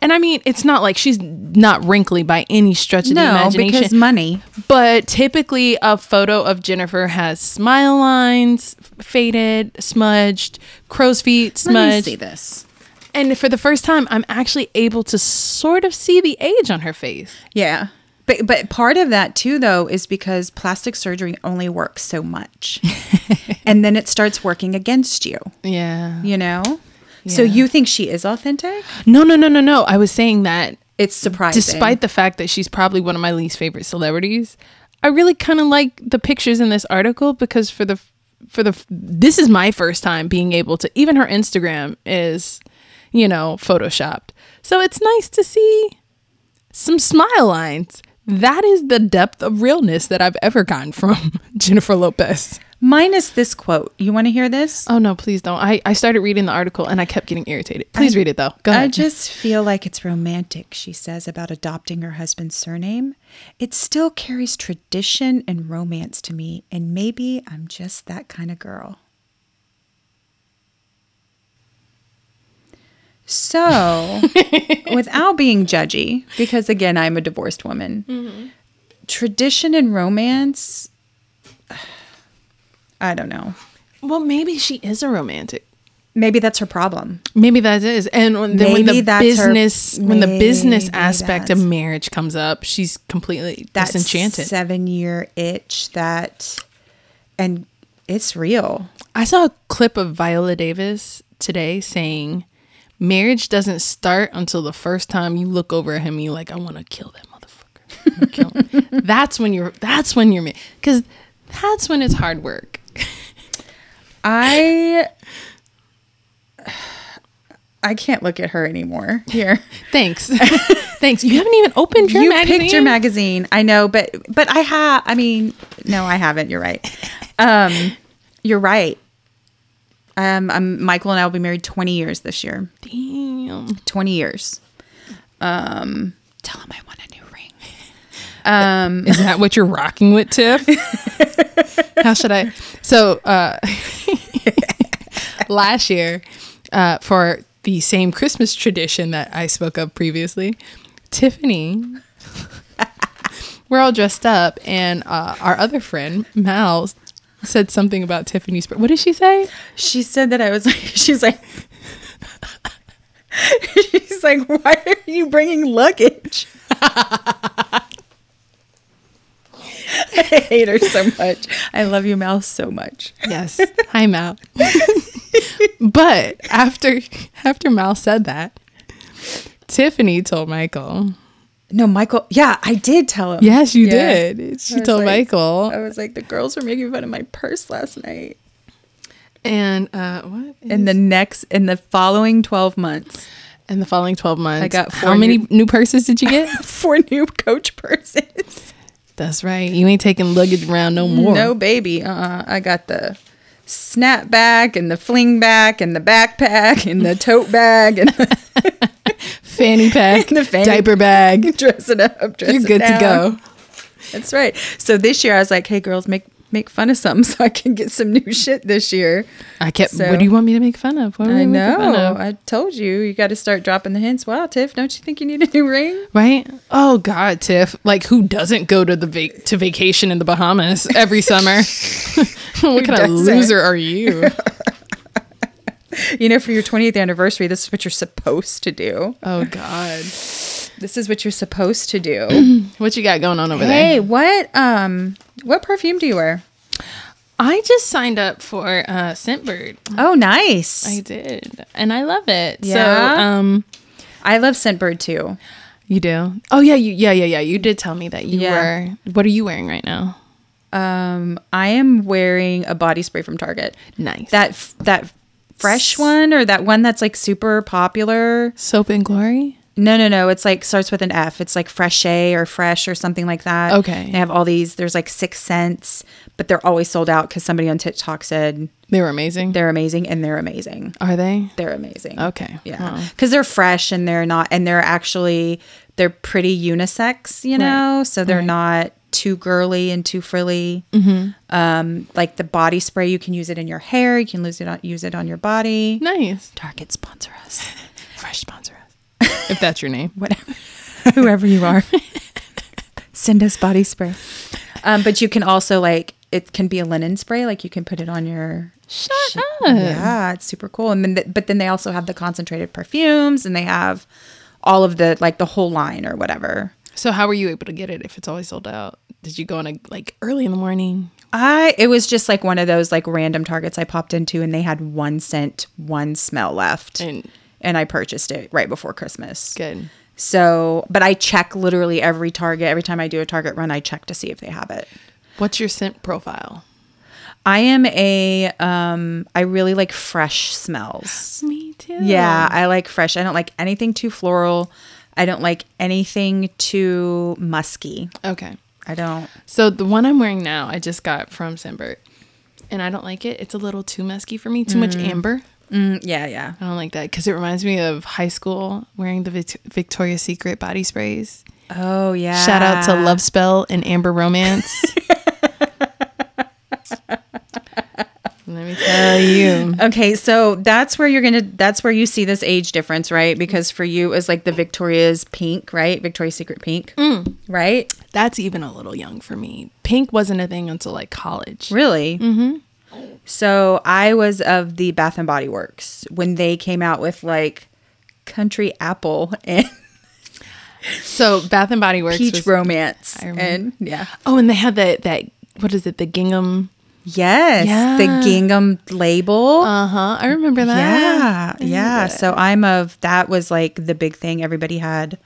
A: And I mean, it's not like she's not wrinkly by any stretch of the
B: no
A: imagination.
B: because money
A: But typically, a photo of Jennifer has smile lines, f- faded, smudged, crow's feet,
B: let me see
A: smudged.
B: this
A: And for the first time, I'm actually able to sort of see the age on her face.
B: Yeah. But but part of that too though is because plastic surgery only works so much. and then it starts working against you,
A: Yeah.
B: you know? So
A: Yeah.
B: you think she is authentic?
A: No, no, no, no, no. I was saying that
B: It's surprising.
A: despite the fact that she's probably one of my least favorite celebrities, I really kind of like the pictures in this article because for the for the this is my first time being able to even her Instagram is, you know, photoshopped. So it's nice to see some smile lines. That is the depth of realness that I've ever gotten from Jennifer Lopez.
B: minus this quote. You want to hear this?
A: Oh no, please don't. I, I started reading the article and I kept getting irritated. Please read it though. Go
B: I
A: ahead.
B: just feel like it's romantic, she says about adopting her husband's surname. It still carries tradition and romance to me, and maybe I'm just that kind of girl. So, without being judgy, because again, I'm a divorced woman,
A: Mm-hmm.
B: tradition and romance, I don't know.
A: well, maybe she is a romantic.
B: Maybe that's her problem.
A: Maybe that is, and when, then when
B: Maybe
A: the
B: that's her-
A: business, when the business
B: maybe
A: aspect of
B: that's-
A: marriage comes up, she's completely
B: that
A: disenchanted.
B: seven year itch that and it's real
A: I saw a clip of Viola Davis today saying, "Marriage doesn't start until the first time you look over at him. and You're like, I want to kill that motherfucker. I wanna kill him." that's when you're. That's when you're. Because that's when it's hard work.
B: i i can't look at her anymore here
A: Thanks, thanks. You haven't even opened your
B: you
A: magazine.
B: picked your magazine i know but but i have i mean no i haven't you're right um you're right um I'm, michael and i will be married 20 years this year
A: Damn.
B: 20 years um tell him i want a new ring um
A: Is that what you're rocking with, Tiff? How should I? So, uh, last year, uh, for the same Christmas tradition that I spoke of previously, Tiffany, we're all dressed up, and uh, our other friend, Mal, said something about Tiffany's. What did she say?
B: She said that I was like, she's like, she's like, why are you bringing luggage? I hate her so much. I love you, Mal, so much.
A: Yes. Hi, Mal. but after after Mal said that, Tiffany told Michael.
B: No, Michael. Yeah, I did tell him.
A: Yes, you
B: Yeah.
A: did.
B: I
A: She
B: was
A: told
B: like-
A: Michael.
B: I was like, the girls were making fun of my purse last night.
A: and uh, what?
B: In the next, in the following 12 months,
A: In the following 12 months,
B: I got
A: how
B: four
A: many
B: new-
A: new purses did you get?
B: four new coach purses.
A: That's right. You ain't taking luggage around no more.
B: No baby. Uh-uh. I got the snapback and the fling back and the backpack and the tote bag and the
A: Fanny pack,
B: And the fanny-
A: diaper bag.
B: dress it up. Dress
A: You're
B: it
A: good to
B: down.
A: go.
B: That's right. So this year I was like, hey girls, make make fun of some so I can get some new shit this year.
A: I kept.
B: So-
A: what do you want me to make fun of? What do
B: I
A: you make fun
B: know.
A: of?
B: I told you. You got to start dropping the hints. Wow, Tiff, don't you think you need a new ring?
A: Right? Oh God, Tiff! Like who doesn't go to the vac- to vacation in the Bahamas every summer? what kind of
B: doesn't?
A: loser are you?
B: You know, for your 20th anniversary, this is what you're supposed to do.
A: oh God,
B: This is what you're supposed to do.
A: what you got going on over there?
B: hey, what um what perfume do you wear?
A: I just signed up for uh, Scentbird.
B: Oh, nice.
A: I
B: I,
A: did, and I love it. So,
B: Yeah?
A: um,
B: love Scentbird too.
A: you do? Oh yeah, you yeah yeah yeah. You did tell me that you
B: Yeah.
A: were. What are you wearing right now?
B: Um I am wearing a body spray from Target.
A: Nice.
B: That f- that fresh one or that one that's like super popular.
A: soap and glory.
B: No, no, no. It's like starts with an F. It's like Freshe or Fresh or something like that.
A: Okay.
B: They have all these. There's like six cents, but they're always sold out because somebody on TikTok said
A: They were amazing.
B: they're amazing and they're amazing.
A: are they?
B: They're amazing.
A: Okay.
B: Yeah.
A: Wow.
B: Because they're fresh and they're not, and they're actually, they're pretty unisex, you know? So they're not too girly and too frilly. Um, like the body spray, you can use it in your hair, you can use it on, use it on your body.
A: Nice.
B: Target sponsor us.
A: Fresh sponsor us. if that's your name.
B: whatever, whoever you are, send us body spray. Um, but you can also like it can be a linen spray, like you can put it on your.
A: Shut
B: shit.
A: up.
B: Yeah, it's super cool. And then, th- but then they also have the concentrated perfumes, and they have all of the like the whole line or whatever.
A: So how were you able to get it if it's always sold out? Did you go on a like early in the morning?
B: I it was just like one of those like random targets I popped into, and they had one scent, one smell left,
A: And-
B: and I purchased it right before Christmas.
A: Good.
B: So, but I check literally every Target. Every time I do a Target run, I check to see if they have it.
A: What's your scent profile?
B: I am a um I really like fresh smells.
A: Me too.
B: Yeah, I like fresh. I don't like anything too floral. I don't like anything too musky.
A: Okay.
B: I don't.
A: So the one I'm wearing now, I just got from Scentbird, and I don't like it. It's a little too musky for me. Too much amber.
B: Mm, yeah, yeah.
A: I don't like that because it reminds me of high school wearing the Vic- Victoria's Secret body sprays.
B: Oh yeah.
A: Shout out to Love Spell and Amber Romance. Let me tell you.
B: Okay, so that's where you're gonna. That's where you see this age difference, right? Because for you, it's like the Victoria's pink, right? Victoria's Secret pink, right?
A: That's even a little young for me. Pink wasn't a thing until like college.
B: Really? Mm-hmm. So I was of the Bath and Body Works when they came out with like country apple and
A: So Bath and Body Works.
B: peach
A: was-
B: romance.
A: I remember.
B: And yeah.
A: oh, and they had that that what is it? The gingham.
B: Yes.
A: Yeah.
B: The gingham label.
A: Uh huh. I remember
B: yeah.
A: that.
B: Yeah. So I'm of that was like the big thing. Everybody had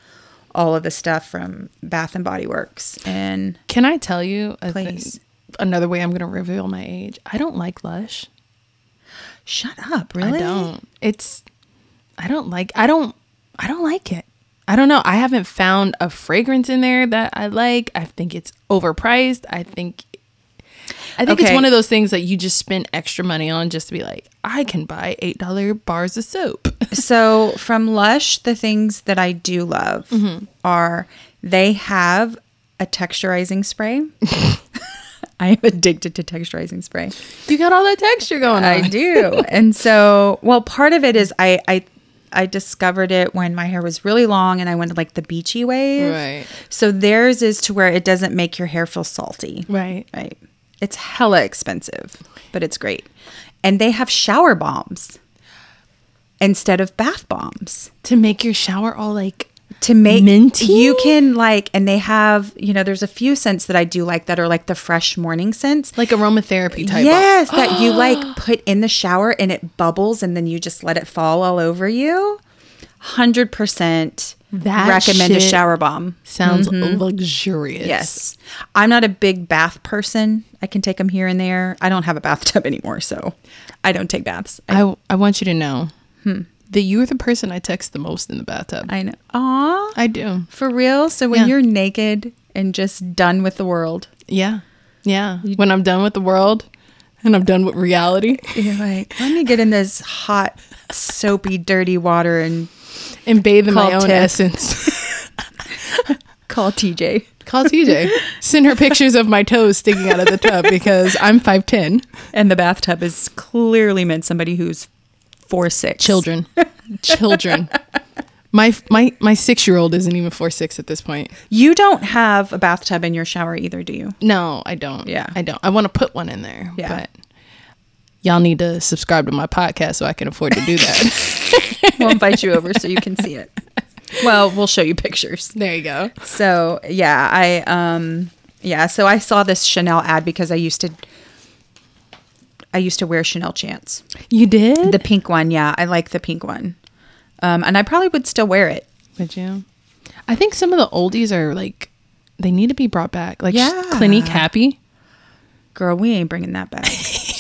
B: all of the stuff from Bath and Body Works. And
A: Can I tell you? a thing-
B: Please.
A: another way I'm going to reveal my age. I don't like Lush.
B: shut up, really?
A: I don't. It's I don't like I don't I don't like it. I don't know. I haven't found a fragrance in there that I like. I think it's overpriced. I think I think it's
B: Okay.
A: one of those things that you just spend extra money on just to be like, I can buy eight dollar bars of soap.
B: so from Lush, the things that I do love
A: Mm-hmm.
B: are they have a texturizing spray. I am addicted to texturizing spray.
A: you got all that texture going on.
B: I do. and so, well, part of it is I I I discovered it when my hair was really long and I went to like the beachy wave.
A: Right.
B: So theirs is to where it doesn't make your hair feel salty.
A: Right.
B: Right. It's hella expensive, but it's great. And they have shower bombs instead of bath bombs
A: To make your shower all like
B: to make
A: Minty?
B: you can like and they have you know there's a few scents that i do like that are like the fresh morning scents
A: like aromatherapy type.
B: yes that you like put in the shower and it bubbles and then you just let it fall all over you 100%
A: That
B: recommend a
A: shit-
B: shower bomb
A: Sounds luxurious.
B: yes i'm not a big bath person i can take them here and there i don't have a bathtub anymore so i don't take baths i,
A: I I want you to know that you're the person I text the most in the bathtub.
B: I know Aw.
A: I do.
B: For real? So when
A: Yeah.
B: you're naked and just done with the world,
A: Yeah. Yeah. when I'm done with the world and I'm done with reality
B: you're like, let me get in this hot, soapy, dirty water and
A: and bathe in my
B: Call
A: own
B: Tiff.
A: essence.
B: call TJ.
A: Call TJ. Send her pictures of my toes sticking out of the tub because I'm 5'10.
B: And the bathtub is clearly meant somebody who's four six.
A: Children. Children. My my my 6-year-old isn't even four six at this point.
B: You don't have a bathtub in your shower either, do you?
A: No, I don't.
B: Yeah.
A: I don't. I want to put one in there,
B: Yeah.
A: but y'all need to subscribe to my podcast so I can afford to do that.
B: We'll invite you over so you can see it. Well, we'll show you pictures.
A: there you go.
B: So yeah, I um yeah, so I saw this Chanel ad because I used to I used to wear Chanel Chance.
A: You did?
B: The pink one, yeah. I like the pink one. Um and I probably would still wear it.
A: Would you? I think some of the oldies are like they need to be brought back. Like
B: Yeah.
A: Clinique Happy.
B: Girl, we ain't bringing that back.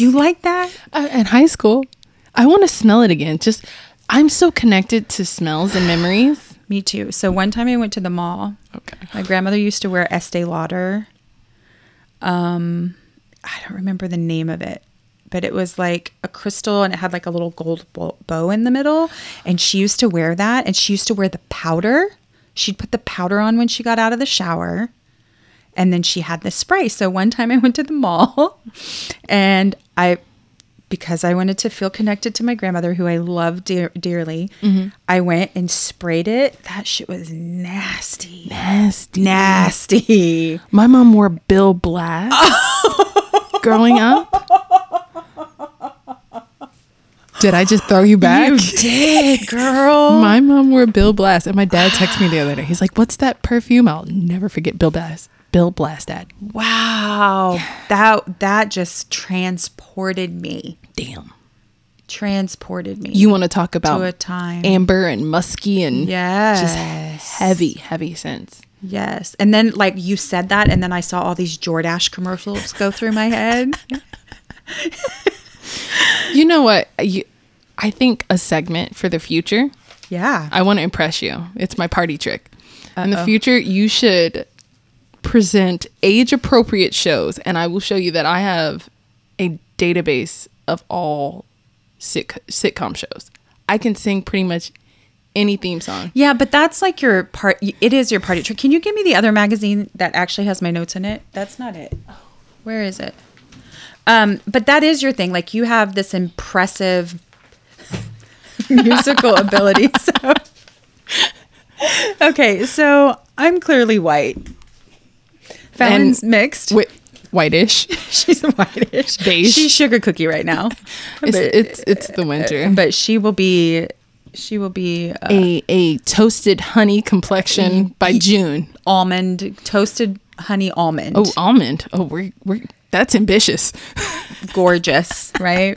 B: you like that?
A: uh, in high school. I want to smell it again. Just I'm so connected to smells and memories.
B: Me too. So one time I went to the mall.
A: Okay.
B: My grandmother used to wear Estee Lauder. Um, I don't remember the name of it, but it was like a crystal and it had like a little gold bo- bow in the middle. And she used to wear that. And she used to wear the powder. She'd put the powder on when she got out of the shower. And then she had the spray. So one time I went to the mall and I, because I wanted to feel connected to my grandmother, who I love dear, dearly, I went and sprayed it. That shit was nasty.
A: Nasty.
B: Nasty.
A: My mom wore Bill Blast growing up. Did I just throw you back?
B: did, girl.
A: My mom wore Bill Blast, and my dad texted me the other day. He's like, "What's that perfume?" I'll never forget Bill Blast. Bill Blast, Dad.
B: Wow. That that just transported me.
A: Damn.
B: Transported me.
A: You want to talk about
B: to a time.
A: amber and musky and
B: yes.
A: just heavy, heavy scents.
B: Yes. And then like you said that and then I saw all these Jordash commercials go through my head.
A: You know what? You, I think a segment for the future.
B: yeah.
A: I want to impress you. It's my party trick. In the future, you should present age appropriate shows, and I will show you that I have a database of all sit- sitcom shows. I can sing pretty much any theme song.
B: Yeah, but that's like your part. It is your party trick. Can you give me the other magazine that actually has my notes in it? That's not it. Where is it? Um, but that is your thing. Like you have this impressive musical ability. So, okay, so I'm clearly white. Fallon's
A: And
B: mixed.
A: Wait, whitish.
B: She's whitish.
A: Beige.
B: She's sugar cookie right now.
A: It's
B: but,
A: it's, it's the winter.
B: but she will be. She will be uh,
A: a a toasted honey complexion by June.
B: almond toasted honey almond.
A: Oh, almond. Oh, we're we're that's ambitious.
B: gorgeous, right?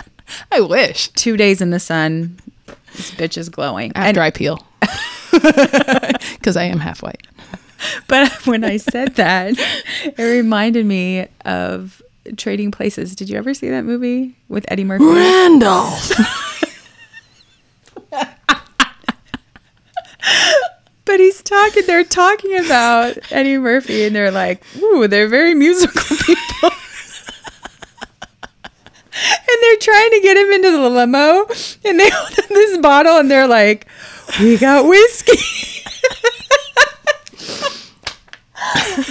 A: I wish.
B: Two days in the sun, this bitch is glowing. And,
A: After I peel, because I am half white.
B: but when I said that, it reminded me of Trading Places. Did you ever see that movie with Eddie Murphy?
A: Randolph.
B: But he's talking. They're talking about Eddie Murphy, and they're like, "Ooh, they're very musical people." and they're trying to get him into the limo, and they hold up this bottle, and they're like, "We got whiskey."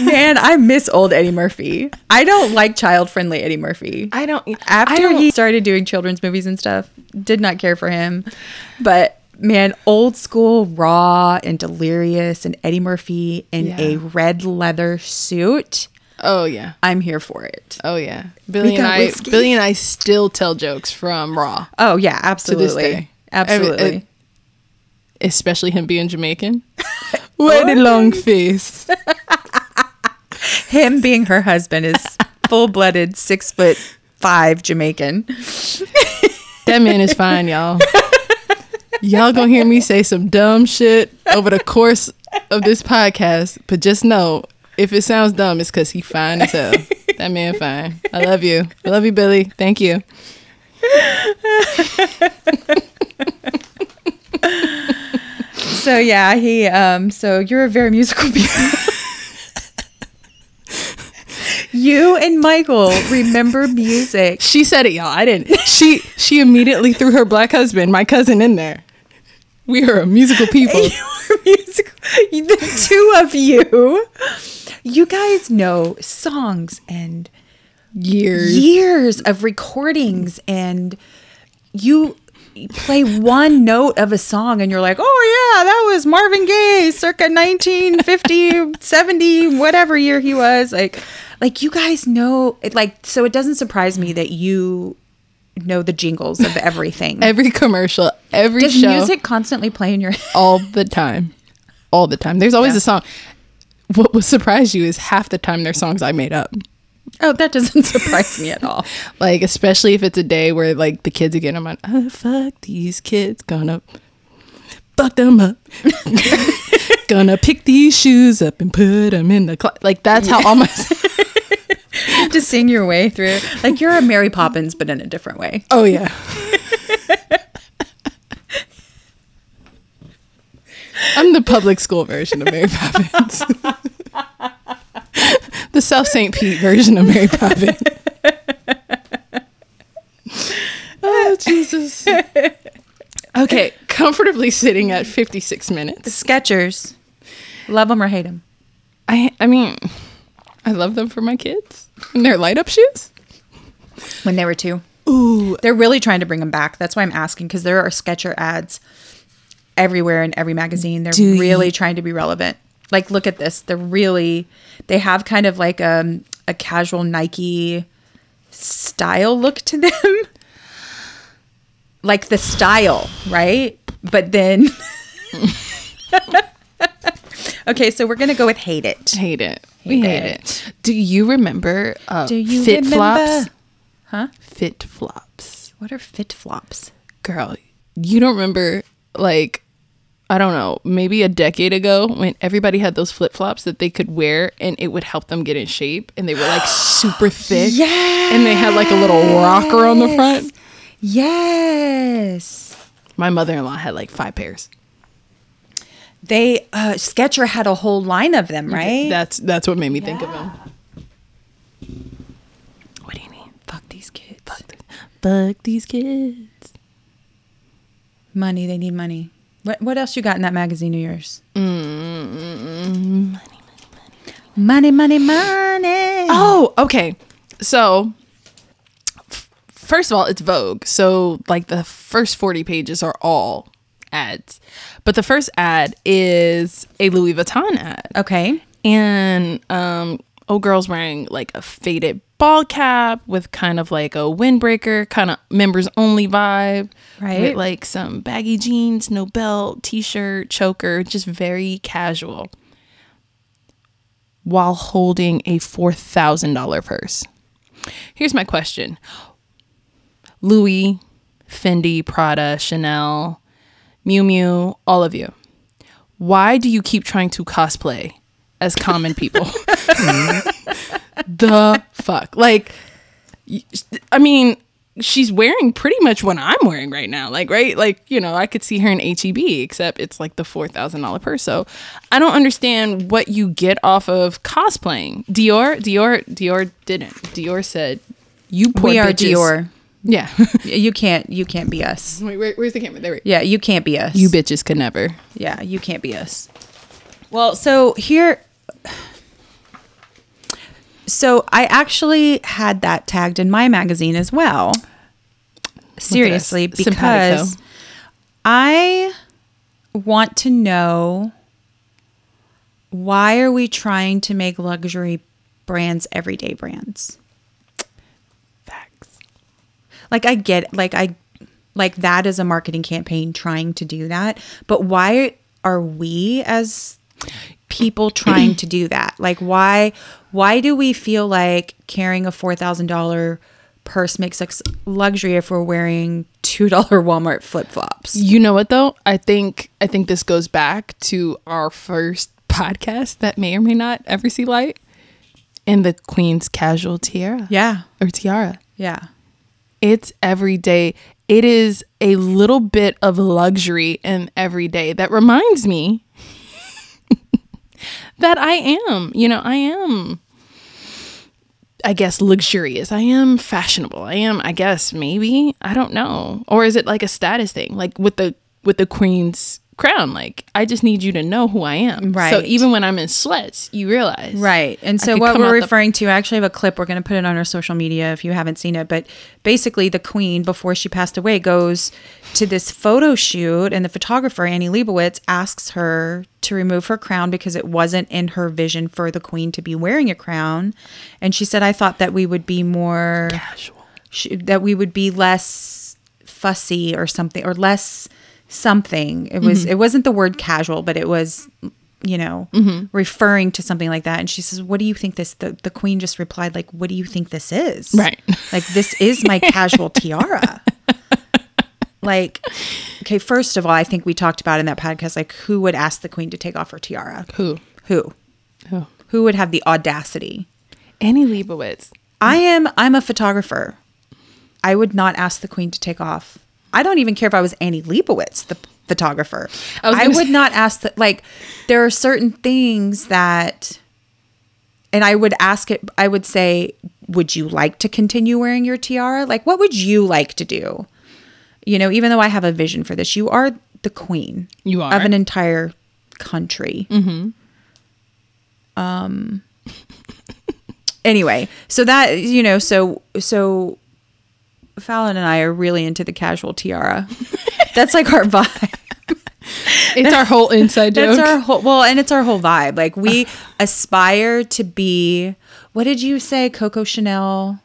B: Man, I miss old Eddie Murphy. I don't like child-friendly Eddie Murphy.
A: I don't. I
B: After
A: don't-
B: he started doing children's movies and stuff, did not care for him. But man, old school raw and delirious and Eddie Murphy in
A: Yeah.
B: a red leather suit.
A: Oh yeah.
B: I'm here for it.
A: Oh yeah. Billy and
B: got
A: I.
B: whiskey.
A: Billy and I still tell jokes from Raw
B: Oh yeah,
A: to
B: absolutely.
A: this day.
B: Absolutely.
A: Every- uh, especially him being Jamaican. What a long face.
B: him being her husband is full blooded, six foot five Jamaican.
A: That man is fine, y'all. Y'all gonna hear me say some dumb shit over the course of this podcast, but just know if it sounds dumb, it's because he fine as hell. That man fine. I love you. I love you, Billy. Thank you.
B: So yeah, he um so you're a very musical people. you and Michael remember music
A: She said it, y'all. I didn't. She she immediately threw her black husband, my cousin, in there. We are a musical people.
B: you were musical. The two of you You guys know songs and
A: Years.
B: years of recordings and you play one note of a song and you're like, "Oh yeah, that was Marvin Gaye circa 1950, 70, whatever year he was." Like like you guys know it like so it doesn't surprise me that you know the jingles of everything.
A: Every commercial, every
B: Does
A: show,
B: music constantly play in your
A: all the time, all the time. There's always a song. What will surprise you is half the time they're songs I made up.
B: Oh, that doesn't surprise me at all.
A: Like especially if it's a day where like the kids again, I'm like, oh fuck these kids, gonna fuck them up, gonna pick these shoes up and put them in the clo-. like. That's how all my
B: to sing your way through. Like you're a Mary Poppins, but in a different way.
A: oh yeah. I'm the public school version of Mary Poppins. the South St. Pete version of Mary Poppins. oh, Jesus. Okay, comfortably sitting at 56 minutes.
B: Skechers. Love them or hate them.
A: I I mean, I love them for my kids and their light up shoes.
B: When they were two.
A: Ooh,
B: They're really trying to bring them back. That's why I'm asking because there are Sketcher ads everywhere in every magazine. They're
A: Do you-
B: really trying to be relevant. Like, look at this. They're really, they have kind of like um, a casual Nike style look to them. like the style, right? But then. okay, so we're going to go with Hate It.
A: hate it. we hate
B: it.
A: it. Do you remember uh,
B: Do you
A: Fit
B: remember?
A: Flops?
B: Huh?
A: Fit Flops.
B: What are fit flops?
A: Girl, you don't remember like I don't know, maybe a decade ago when everybody had those flip flops that they could wear and it would help them get in shape and they were like super thick. Yeah. And they had like a little rocker on the front.
B: Yes.
A: My mother in law had like five pairs.
B: They uh Sketcher had a whole line of them, right?
A: That's that's what made me think of them. What do you mean? Fuck these kids. Fuck, th- fuck these kids.
B: money, they need money. What what else you got in that magazine of yours?
A: Mm,
B: Money, money, money.
A: Oh, okay. So, f- first of all, it's Vogue. So, like, the first 40 pages are all ads. But the first ad is a Louis Vuitton ad.
B: Okay.
A: and um old girl's wearing like a faded ball cap with kind of like a windbreaker kind of members only vibe
B: Right.
A: with like some baggy jeans no belt t-shirt choker just very casual while holding a $4000 purse here's my question louis fendi prada chanel mew mew all of you why do you keep trying to cosplay as common people? the fuck? Like, y- I mean, she's wearing pretty much what I'm wearing right now. Like, right? Like, you know, I could see her in HEB, except it's like the $4,000 purse. So I don't understand what you get off of cosplaying. Dior, Dior, Dior didn't. Dior said, you poor
B: we are
A: bitches."
B: Dior.
A: Yeah.
B: You can't you can't be us.
A: Wait, where, where's the camera? There we
B: Yeah, you can't be us.
A: You bitches could never.
B: Yeah, you can't be us. Well, so here. So I actually had that tagged in my magazine as well. Seriously,
A: Simpatico.
B: because I want to know why are we trying to make luxury brands everyday brands?
A: Facts.
B: like i get like i like that is a marketing campaign trying to do that but why are we as people trying to do that like why why do we feel like carrying a $4000 purse makes us luxury if we're wearing $2 walmart flip-flops
A: You know what though? I think I think this goes back to our first podcast that may or may not ever see light in the Queen's casual tiara
B: yeah
A: or tiara.
B: yeah
A: It's every day. It is a little bit of luxury in every day. That reminds me that I am, you know, I am I guess luxurious. I am fashionable. I am, I guess, maybe. I don't know. Or is it like a status thing? Like with the with the queen's crown. Like, I just need you to know who I am. So
B: Right.
A: even when I'm in sweats, you realize.
B: Right. And
A: I
B: so
A: could
B: what
A: come out
B: we're
A: the-
B: referring to, I actually have a clip. We're going to put it on our social media if you haven't seen it. But basically, the queen, before she passed away, goes to this photo shoot, and the photographer, Annie Leibovitz, asks her to remove her crown because it wasn't in her vision for the queen to be wearing a crown. And she said, I thought that we would be more
A: Casual.
B: sh- that we would be less fussy or something or less something it was
A: Mm-hmm.
B: it wasn't the word casual but it was you know
A: Mm-hmm.
B: referring to something like that and she says what do you think this the, the queen just replied like what do you think this is
A: Right.
B: like this is my casual tiara like okay first of all i think we talked about in that podcast like who would ask the queen to take off her tiara
A: Who?
B: who
A: Who?
B: who would have the audacity
A: Annie Leibovitz.
B: I am I'm a photographer. I would not ask the queen to take off. I don't even care if I was Annie Leibovitz, the photographer.
A: I
B: I,
A: was gonna
B: would
A: say-
B: not ask the like there are certain things that and I would ask it I would say, would you like to continue wearing your tiara? Like what would you like to do? You know, even though I have a vision for this, you are the queen
A: You are. Mm-hmm.
B: of an entire country. Um, anyway, so that you know, so so Fallon and I are really into the casual tiara. That's like our vibe.
A: It's our whole inside joke.
B: That's our whole well, and it's our whole vibe. Like we aspire to be. What did you say, Coco Chanel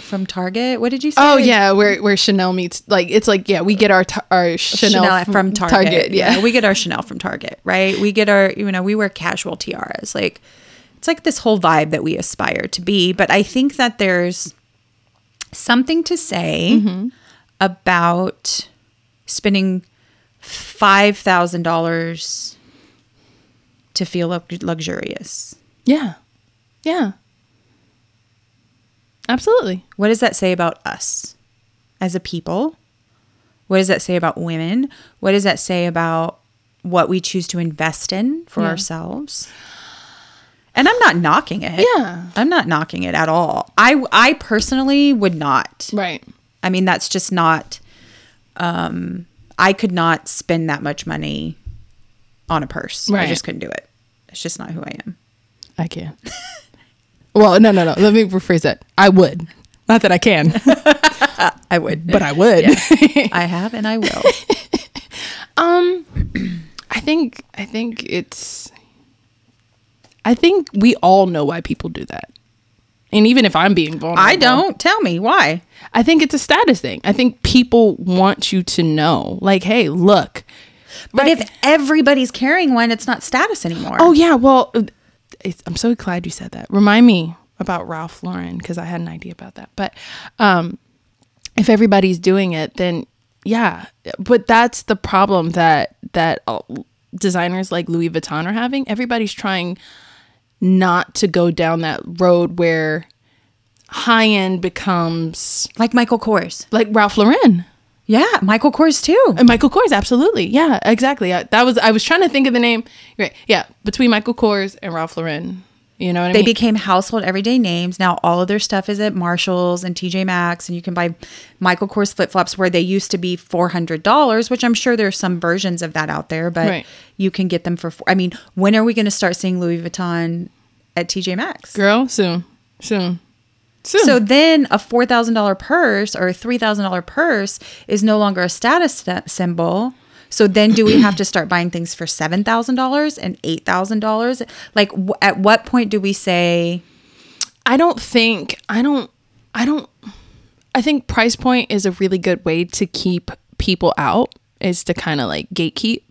B: from Target? What did you say?
A: Oh yeah, where where Chanel meets like it's like yeah we get our tar- our Chanel,
B: Chanel, from Target.
A: yeah.
B: we get our Chanel from Target, right? We get our, you know, we wear casual tiaras. Like, it's like this whole vibe that we aspire to be. But I think that there's something to say about spending five thousand dollars to feel lux- luxurious.
A: yeah, yeah, absolutely.
B: What does that say about us as a people? What does that say about women? What does that say about what we choose to invest in for
A: Yeah.
B: ourselves? And I'm not knocking it.
A: Yeah.
B: I'm not knocking it at all. I I personally would not.
A: Right.
B: I mean, that's just not um I could not spend that much money on a purse. I
A: Right.
B: just couldn't do it. It's just not who I am.
A: I can. well, no, no, no. Let me rephrase that. I would. Not that I can,
B: I would.
A: but I would.
B: I have and I will.
A: Um, I think I think it's. I think we all know why people do that, and even if I'm being vulnerable,
B: I don't. Tell me why.
A: I think it's a status thing. I think people want you to know, like, hey, look.
B: But
A: Right.
B: if everybody's carrying one, it's not status anymore.
A: oh yeah, well, it's, I'm so glad you said that. Remind me about Ralph Lauren because I had an idea about that. But um, if everybody's doing it, then yeah. But that's the problem that that uh, designers like Louis Vuitton are having. Everybody's trying not to go down that road where high end becomes
B: like Michael Kors.
A: like Ralph Lauren.
B: Yeah, Michael Kors too.
A: And Uh, Michael Kors, absolutely. Yeah, exactly. I, that was I was trying to think of the name. Right. Yeah, between Michael Kors and Ralph Lauren. You know what I
B: They
A: mean?
B: became household everyday names. Now all of their stuff is at Marshalls and TJ Maxx, and you can buy Michael Kors flip flops where they used to be four hundred dollars, which I'm sure there's some versions of that out there, but
A: Right.
B: you can get them for. Four, I mean, when are we going to start seeing Louis Vuitton at TJ Maxx?
A: Girl, soon. Soon. Soon.
B: So then a $4,000 purse or a $3,000 purse is no longer a status st- symbol. So then do we have to start buying things for $7,000 and $8,000? Like w- at what point do we say
A: I don't think I don't I don't I think price point is a really good way to keep people out is to kind of like gatekeep.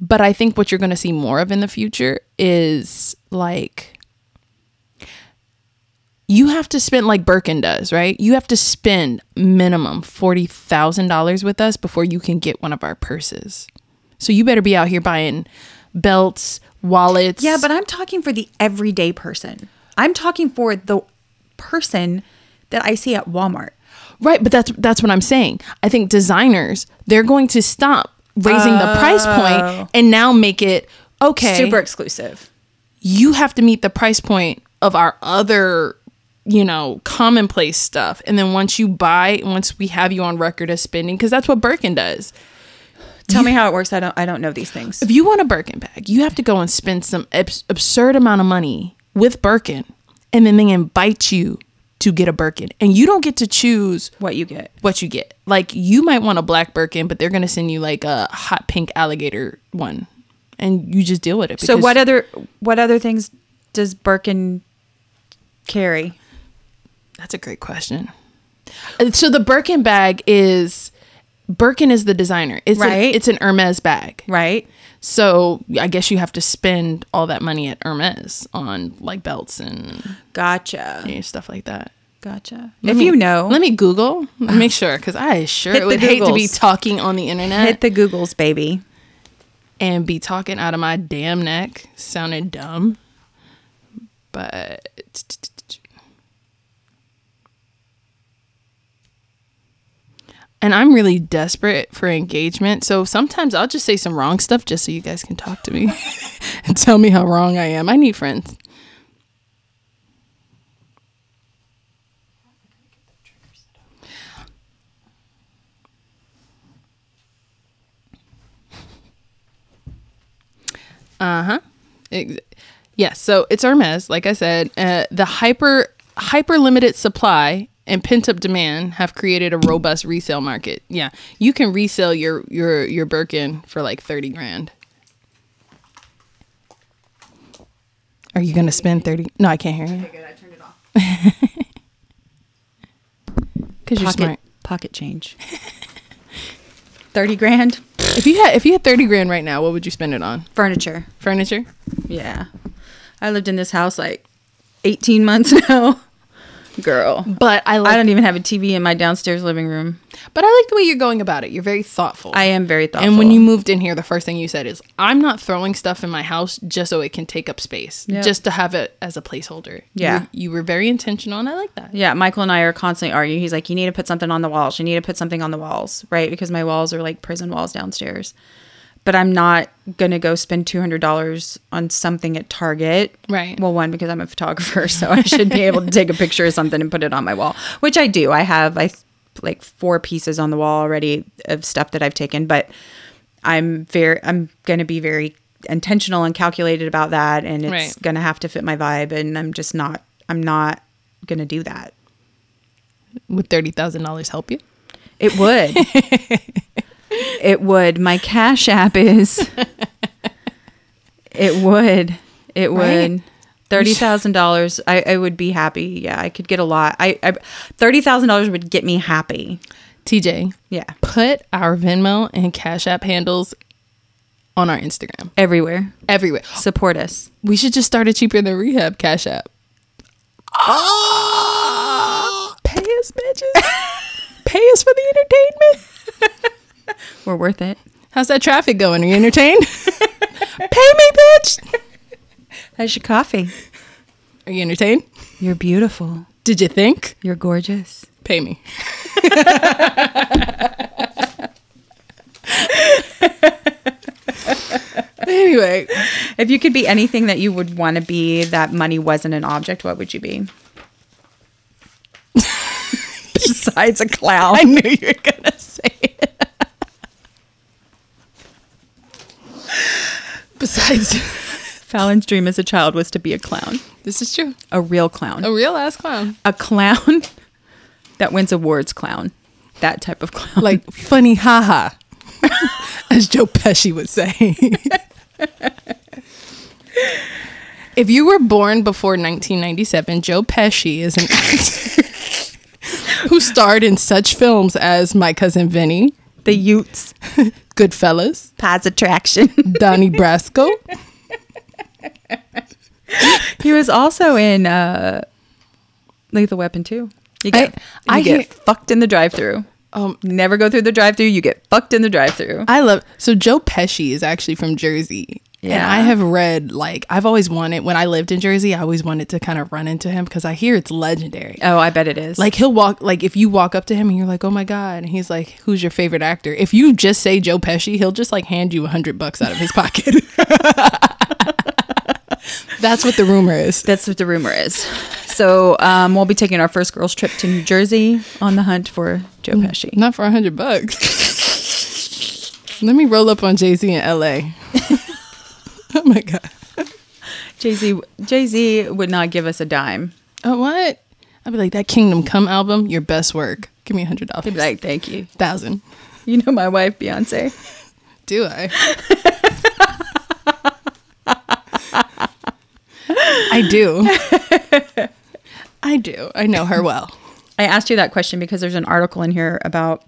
A: But I think what you're going to see more of in the future is like you have to spend like Birkin does, right? You have to spend minimum $40,000 with us before you can get one of our purses. So you better be out here buying belts, wallets.
B: Yeah, but I'm talking for the everyday person. I'm talking for the person that I see at Walmart.
A: Right, but that's that's what I'm saying. I think designers they're going to stop raising the price point and now make it okay.
B: Super exclusive.
A: You have to meet the price point of our other, you know, commonplace stuff, and then once you buy, once we have you on record as spending, because that's what Birkin does.
B: Tell me how it works. I don't. I don't know these things.
A: If you want a Birkin bag, you have to go and spend some abs- absurd amount of money with Birkin, and then they invite you to get a Birkin, and you don't get to choose
B: What you get?
A: what you get. Like you might want a black Birkin, but they're gonna send you like a hot pink alligator one, and you just deal with it.
B: So
A: because-
B: what other what other things does Birkin carry?
A: That's a great question. Uh, So the Birkin bag is Birkin is the designer. It's an-
B: Right.
A: it's an Hermes bag.
B: Right.
A: So I guess you have to spend all that money at Hermes on like belts and
B: Gotcha.
A: you know, stuff like that.
B: Gotcha. If you know,
A: Let me Google, make sure, because I sure
B: Hit the
A: would hate to be
B: Googles.
A: talking on the internet
B: hit the Googles, baby.
A: and be talking out of my damn neck. Sounded dumb, but and I'm really desperate for engagement. So sometimes I'll just say some wrong stuff just so you guys can talk to me and tell me how wrong I am. I need friends. Ex- Yes, so it's Hermes, like I said. Uh, the hyper hyper limited supply and pent up demand have created a robust resale market. Yeah, you can resell your your your Birkin for like thirty grand. Are you gonna spend thirty? No, I can't hear you.
B: Good. I turned it off.
A: Cause you're
B: Pocket
A: smart.
B: pocket change. Thirty grand
A: If you had if you had thirty grand right now, what would you spend it on?
B: furniture.
A: Furniture?
B: Yeah. I lived in this house like 18 months now. Girl.
A: But I like.
B: I don't even have a TV in my downstairs living room.
A: but I like the way you're going about it. You're very thoughtful.
B: I am very thoughtful.
A: And when you moved in here, the first thing you said is, "I'm not throwing stuff in my house just so it can take up space,
B: Yeah.
A: just to have it as a placeholder."
B: Yeah.
A: you were, you were very intentional, and I like that.
B: Yeah, Michael and I are constantly arguing. He's like, "You need to put something on the walls. You need to put something on the walls, right? Because my walls are like prison walls downstairs." But I'm not gonna go spend two hundred dollars on something at Target,
A: Right.
B: Well, one because I'm a photographer, so I should be able to take a picture of something and put it on my wall, which I do. I have I th- like four pieces on the wall already of stuff that I've taken, but I'm very I'm gonna be very intentional and calculated about that, and it's
A: Right.
B: gonna have to fit my vibe, and I'm just not I'm not gonna do that.
A: Would thirty thousand dollars help you?
B: It would. it would. My Cash App is. It would. It would.
A: Right.
B: Thirty thousand dollars. I, I would be happy. Yeah, I could get a lot. I, I thirty thousand dollars would get me happy.
A: TJ,
B: Yeah,
A: put our Venmo and Cash App handles on our Instagram
B: everywhere.
A: everywhere.
B: Support us.
A: We should just start a cheaper than rehab Cash App. Oh! pay us, bitches. pay us for the entertainment.
B: We're worth it.
A: How's that traffic going? Are you entertained? pay me, bitch.
B: How's your coffee?
A: Are you entertained?
B: You're beautiful.
A: Did you think?
B: You're gorgeous.
A: Pay me. anyway,
B: If you could be anything that you would want to be, that money wasn't an object. What would you be? Besides a clown.
A: I knew you were gonna say it. Besides,
B: Fallon's dream as a child was to be a clown,
A: this is true.
B: a real clown,
A: A real ass clown,
B: a clown that wins awards clown, that type of clown.
A: like funny haha, as Joe Pesci would say. if you were born before 1997, Joe Pesci is an actor who starred in such films as My Cousin Vinny,
B: the Utes,
A: Goodfellas,
B: Paz Attraction.
A: Donnie Brasco.
B: he was also in uh, Lethal Weapon 2. You
A: I-
B: get,
A: I
B: you get
A: hear-
B: fucked in the drive-through.
A: Um,
B: Never go through the drive-through. You get fucked in the drive-through.
A: I love so Joe Pesci is actually from Jersey. And
B: Yeah.
A: I have read like I've always wanted when I lived in Jersey, I always wanted to kind of run into him because I hear it's legendary.
B: Oh, I bet it is.
A: Like he'll walk like if you walk up to him and you're like, "Oh my god," and he's like, "Who's your favorite actor?" If you just say Joe Pesci, he'll just like hand you a hundred bucks out of his pocket. That's what the rumor is.
B: That's what the rumor is. So um, we'll be taking our first girls' trip to New
A: Mm.
B: Jersey on the hunt for Joe Pesci.
A: Not for a hundred bucks. Let me roll up on Jay Z in L.A. oh my god.
B: Jay Z Jay Z would not give us a dime.
A: Oh what? I'd be like that Kingdom Come album, your best work. Give me a hundred dollars.
B: He'd be like, "Thank you."
A: thousand.
B: You know my wife, Beyonce.
A: Do I? I do. I do. I know her well.
B: I asked you that question because there's an article in here about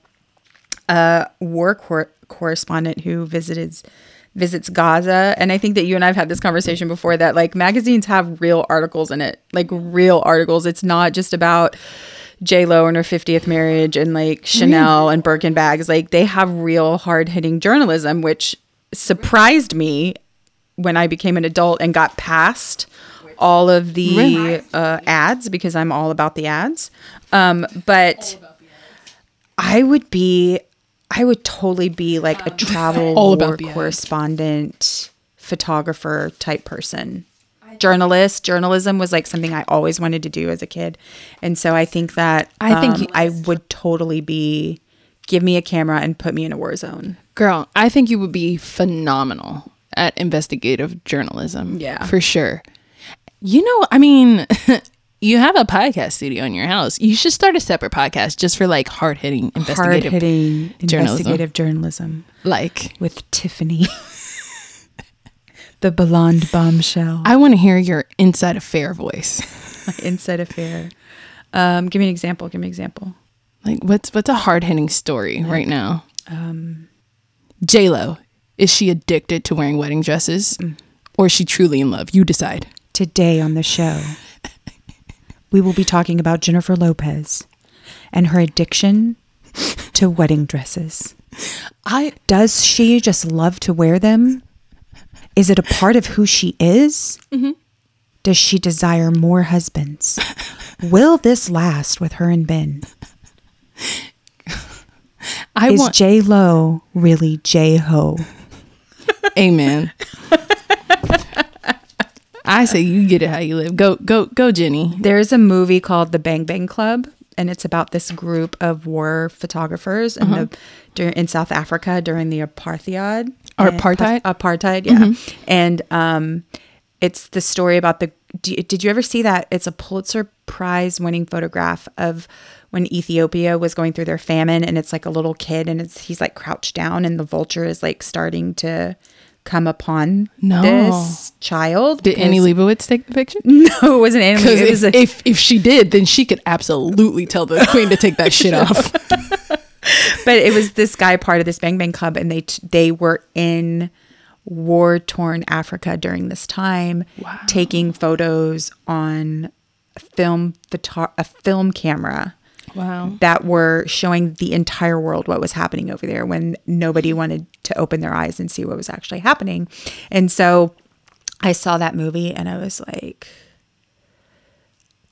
B: a war cor- correspondent who visited visits Gaza, and I think that you and I've had this conversation before that like magazines have real articles in it, like real articles. It's not just about J Lo and her 50th marriage and like Chanel and Birkin bags. Like they have real hard hitting journalism, which surprised me when I became an adult and got past all of the uh, ads because I'm all about the ads. Um, but I would be, I would totally be like a travel
A: All
B: war
A: about the ads.
B: correspondent, photographer type person. Journalist, journalism was like something I always wanted to do as a kid, and so I think that
C: I think
B: um,
C: you-
B: I would totally be. Give me a camera and put me in a war zone.
A: Girl, I think you would be phenomenal at investigative journalism.
B: Yeah.
A: For sure. You know, I mean, you have a podcast studio in your house. You should start a separate podcast just for like hard hitting investigative.
B: Hard-hitting
A: journalism.
B: investigative journalism.
A: Like,
B: with Tiffany, the blonde bombshell.
A: I want to hear your inside affair voice.
B: Inside affair. Um, give me an example. Give me an example.
A: Like what's what's a hard hitting story right now? Um, J Lo, is she addicted to wearing wedding dresses, or is she truly in love? You decide.
B: Today on the show, we will be talking about Jennifer Lopez and her addiction to wedding dresses.
A: I
B: Does she just love to wear them? Is it a part of who she is?
A: Mm-hmm.
B: Does she desire more husbands? Will this last with her and Ben?
A: I
B: is
A: want
B: J Lo really J Ho?
A: amen. I say you get it how you live. Go go go, Jenny.
B: There's a movie called The Bang Bang Club, and it's about this group of war photographers
A: Uh-huh.
B: in the dur in South Africa during the apartheid.
A: Or
B: and-
A: apartheid? Mm-hmm.
B: apartheid, yeah. And um, it's the story about the. Do, you- did you ever see that? It's a Pulitzer Prize winning photograph of when Ethiopia was going through their famine, and it's like a little kid, and it's he's like crouched down, and the vulture is like starting to come upon
A: No.
B: this child.
A: Did Annie
B: because-
A: Leibovitz take the picture?
B: No, it wasn't Annie.
A: Because
B: It was
A: if,
B: a-
A: if if she did, then she could absolutely tell the queen to take that shit off.
B: but it was this guy part of this bang bang club and they t- they were in war torn africa during this time taking photos on a film photo- a film camera
A: Wow.
B: that were showing the entire world what was happening over there when nobody wanted to open their eyes and see what was actually happening and so i saw that movie and i was like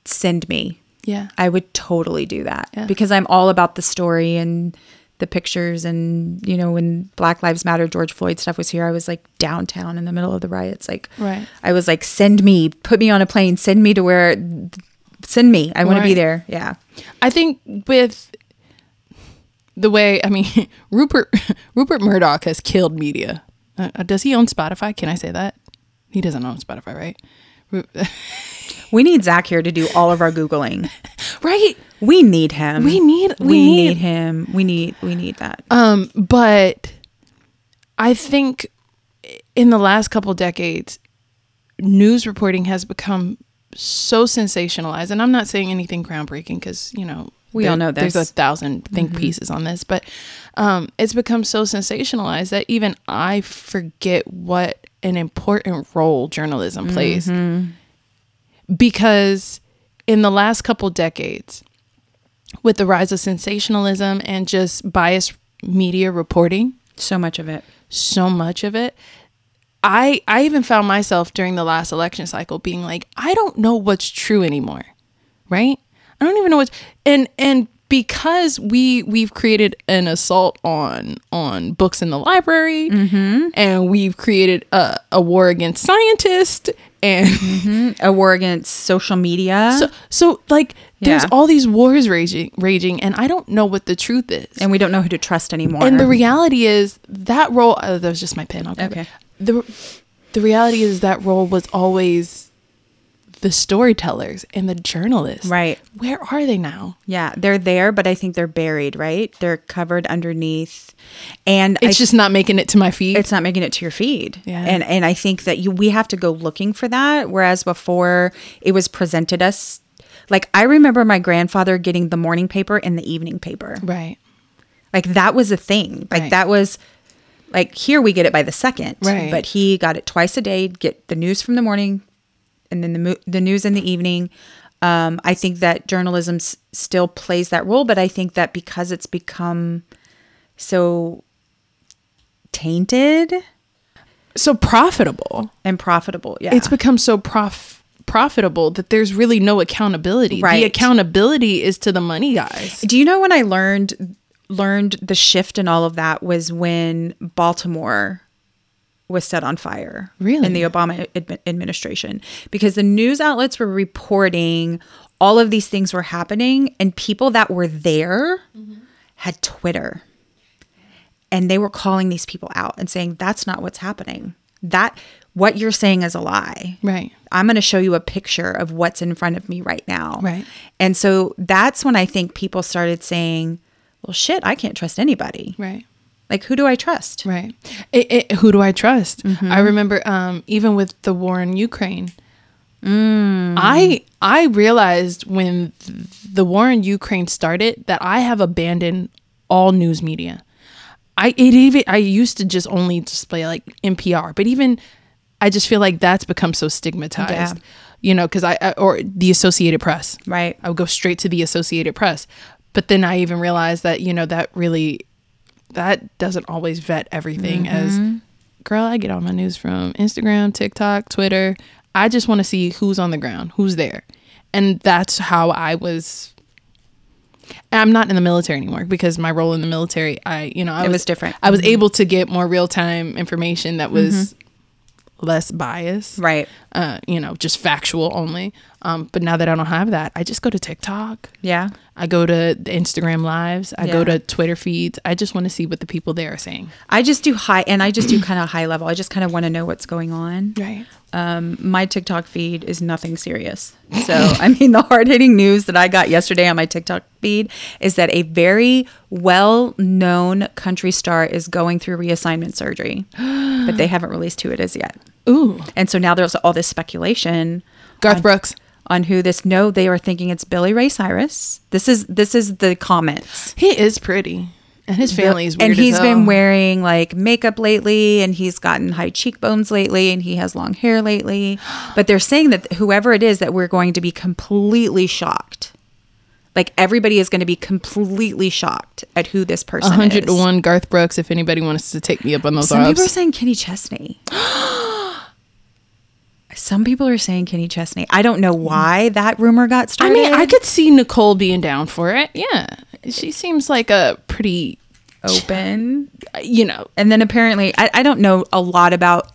B: send me
A: Yeah.
B: I would totally do that
A: Yeah.
B: because I'm all about the story and the pictures. And, you know, when Black Lives Matter, George Floyd stuff was here, I was like downtown in the middle of the riots. Like,
A: Right.
B: I was like, send me, put me on a plane, send me to where, send me. I want to be
A: Right.
B: there. Yeah.
A: I think with the way I mean Rupert Rupert Murdoch has killed media. Uh, uh, does he own Spotify? Can I say that? He doesn't own Spotify, right? Ru-
B: We need Zach here to do all of our Googling.
A: right.
B: We need him.
A: We need- we
B: we need,
A: need-
B: him. We need, we need that.
A: Um, but I think in the last couple decades, news reporting has become so sensationalized, and I'm not saying anything groundbreaking because you know
B: We all know
A: There's
B: this. Mm-hmm.
A: a thousand think pieces on this, but um, it's become so sensationalized that even I forget what an important role journalism plays
B: Mm-hmm.
A: because in the last couple decades with the rise of sensationalism and just biased media reporting
B: so much of it.
A: so much of it i i even found myself during the last election cycle being like i don't know what's true anymore right i don't even know what's and and because we we've created an assault on on books in the library and we've created a, a war against scientists and
B: a war against social media
A: so so like there's
B: Yeah.
A: all these wars raging raging and I don't know what the truth is.
B: and we don't know who to trust anymore
A: And the reality is that role. Oh, that was just my pen. I'll grab it.
B: Okay.
A: The the reality is that role was always the storytellers and the journalists.
B: Right.
A: Where are they now?
B: yeah they're there but i think they're buried right they're covered underneath and I
A: It's just not making it to my feet.
B: it's not making it to your feed.
A: Yeah.
B: And and I think that you we have to go looking for that. Whereas before it was presented us like I remember my grandfather getting the morning paper and the evening paper.
A: right.
B: Like that was a thing. Like
A: Right.
B: that was like here we get it by the second.
A: Right.
B: But he got it twice a day, get the news from the morning and then the mo- the news in the evening. Um, I think that journalism s- still plays that role, but I think that because it's become so tainted,
A: So profitable.
B: and profitable. Yeah,
A: It's become so prof profitable that there's really no accountability.
B: Right.
A: The accountability is to the money guys.
B: Do you know when I learned learned the shift and all of that was when Baltimore was set on fire.
A: Really?
B: in the Obama admi- administration because the news outlets were reporting all of these things were happening, and people that were there had Twitter. And they were calling these people out and saying, that's not what's happening. That, what you're saying is a lie.
A: Right.
B: I'm going to show you a picture of what's in front of me right now.
A: Right.
B: And so that's when I think people started saying, well, shit, I can't trust anybody.
A: Right.
B: Like, who do I trust? Mm-hmm.
A: Right. It, it, who do I trust? I remember um, even with the war in Ukraine,
B: Mm.
A: I I realized when th- the war in Ukraine started that I have abandoned all news media. I it even I used to just only display like NPR, but even I just feel like that's become so stigmatized.
B: Yeah.
A: You know, because I I- or the Associated Press.
B: Right.
A: I would go straight to the Associated Press. But then I even realized that, you know, that really that doesn't always vet everything
B: Mm-hmm.
A: as girl, I get all my news from Instagram, TikTok, Twitter. I just want to see who's on the ground, who's there. And that's how I was and I'm not in the military anymore because my role in the military, I, you know, I
B: It was different. Mm-hmm.
A: I was able to get more real-time information that was
B: Mm-hmm.
A: less biased
B: Right.
A: uh, you know, just factual only. Um, but now that I don't have that, I just go to TikTok.
B: Yeah.
A: I go to the Instagram lives. I
B: Yeah.
A: go to Twitter feeds. I just want to see what the people there are saying.
B: I just do high, and I just do kind of high level. I just kind of want to know what's going on.
A: Right.
B: Um, my TikTok feed is nothing serious. So, I mean, the hard hitting news that I got yesterday on my TikTok feed is that a very well known country star is going through reassignment surgery, but they haven't released who it is yet.
A: Ooh.
B: And so now there's all this speculation
A: Garth
B: on,
A: Brooks.
B: on who this no, they are thinking it's Billy Ray Cyrus. This is this is the comments.
A: He is pretty. And his family is weird.
B: and
A: he's
B: he's been wearing like makeup lately and he's gotten high cheekbones lately and he has long hair lately. But they're saying that whoever it is that we're going to be completely shocked. Like everybody is going to be completely shocked at who this person
A: 100
B: is.
A: to 1 Garth Brooks if anybody wants to take me up on those
B: Some people are
A: odds.
B: saying Kenny Chesney. Some people are saying Kenny Chesney. I don't know why that rumor got
A: Mm. I
B: started.
A: mean, I could see Nicole being down for it. Yeah. She seems like a pretty,
B: open.
A: you know,
B: And then apparently, I, I don't know a lot about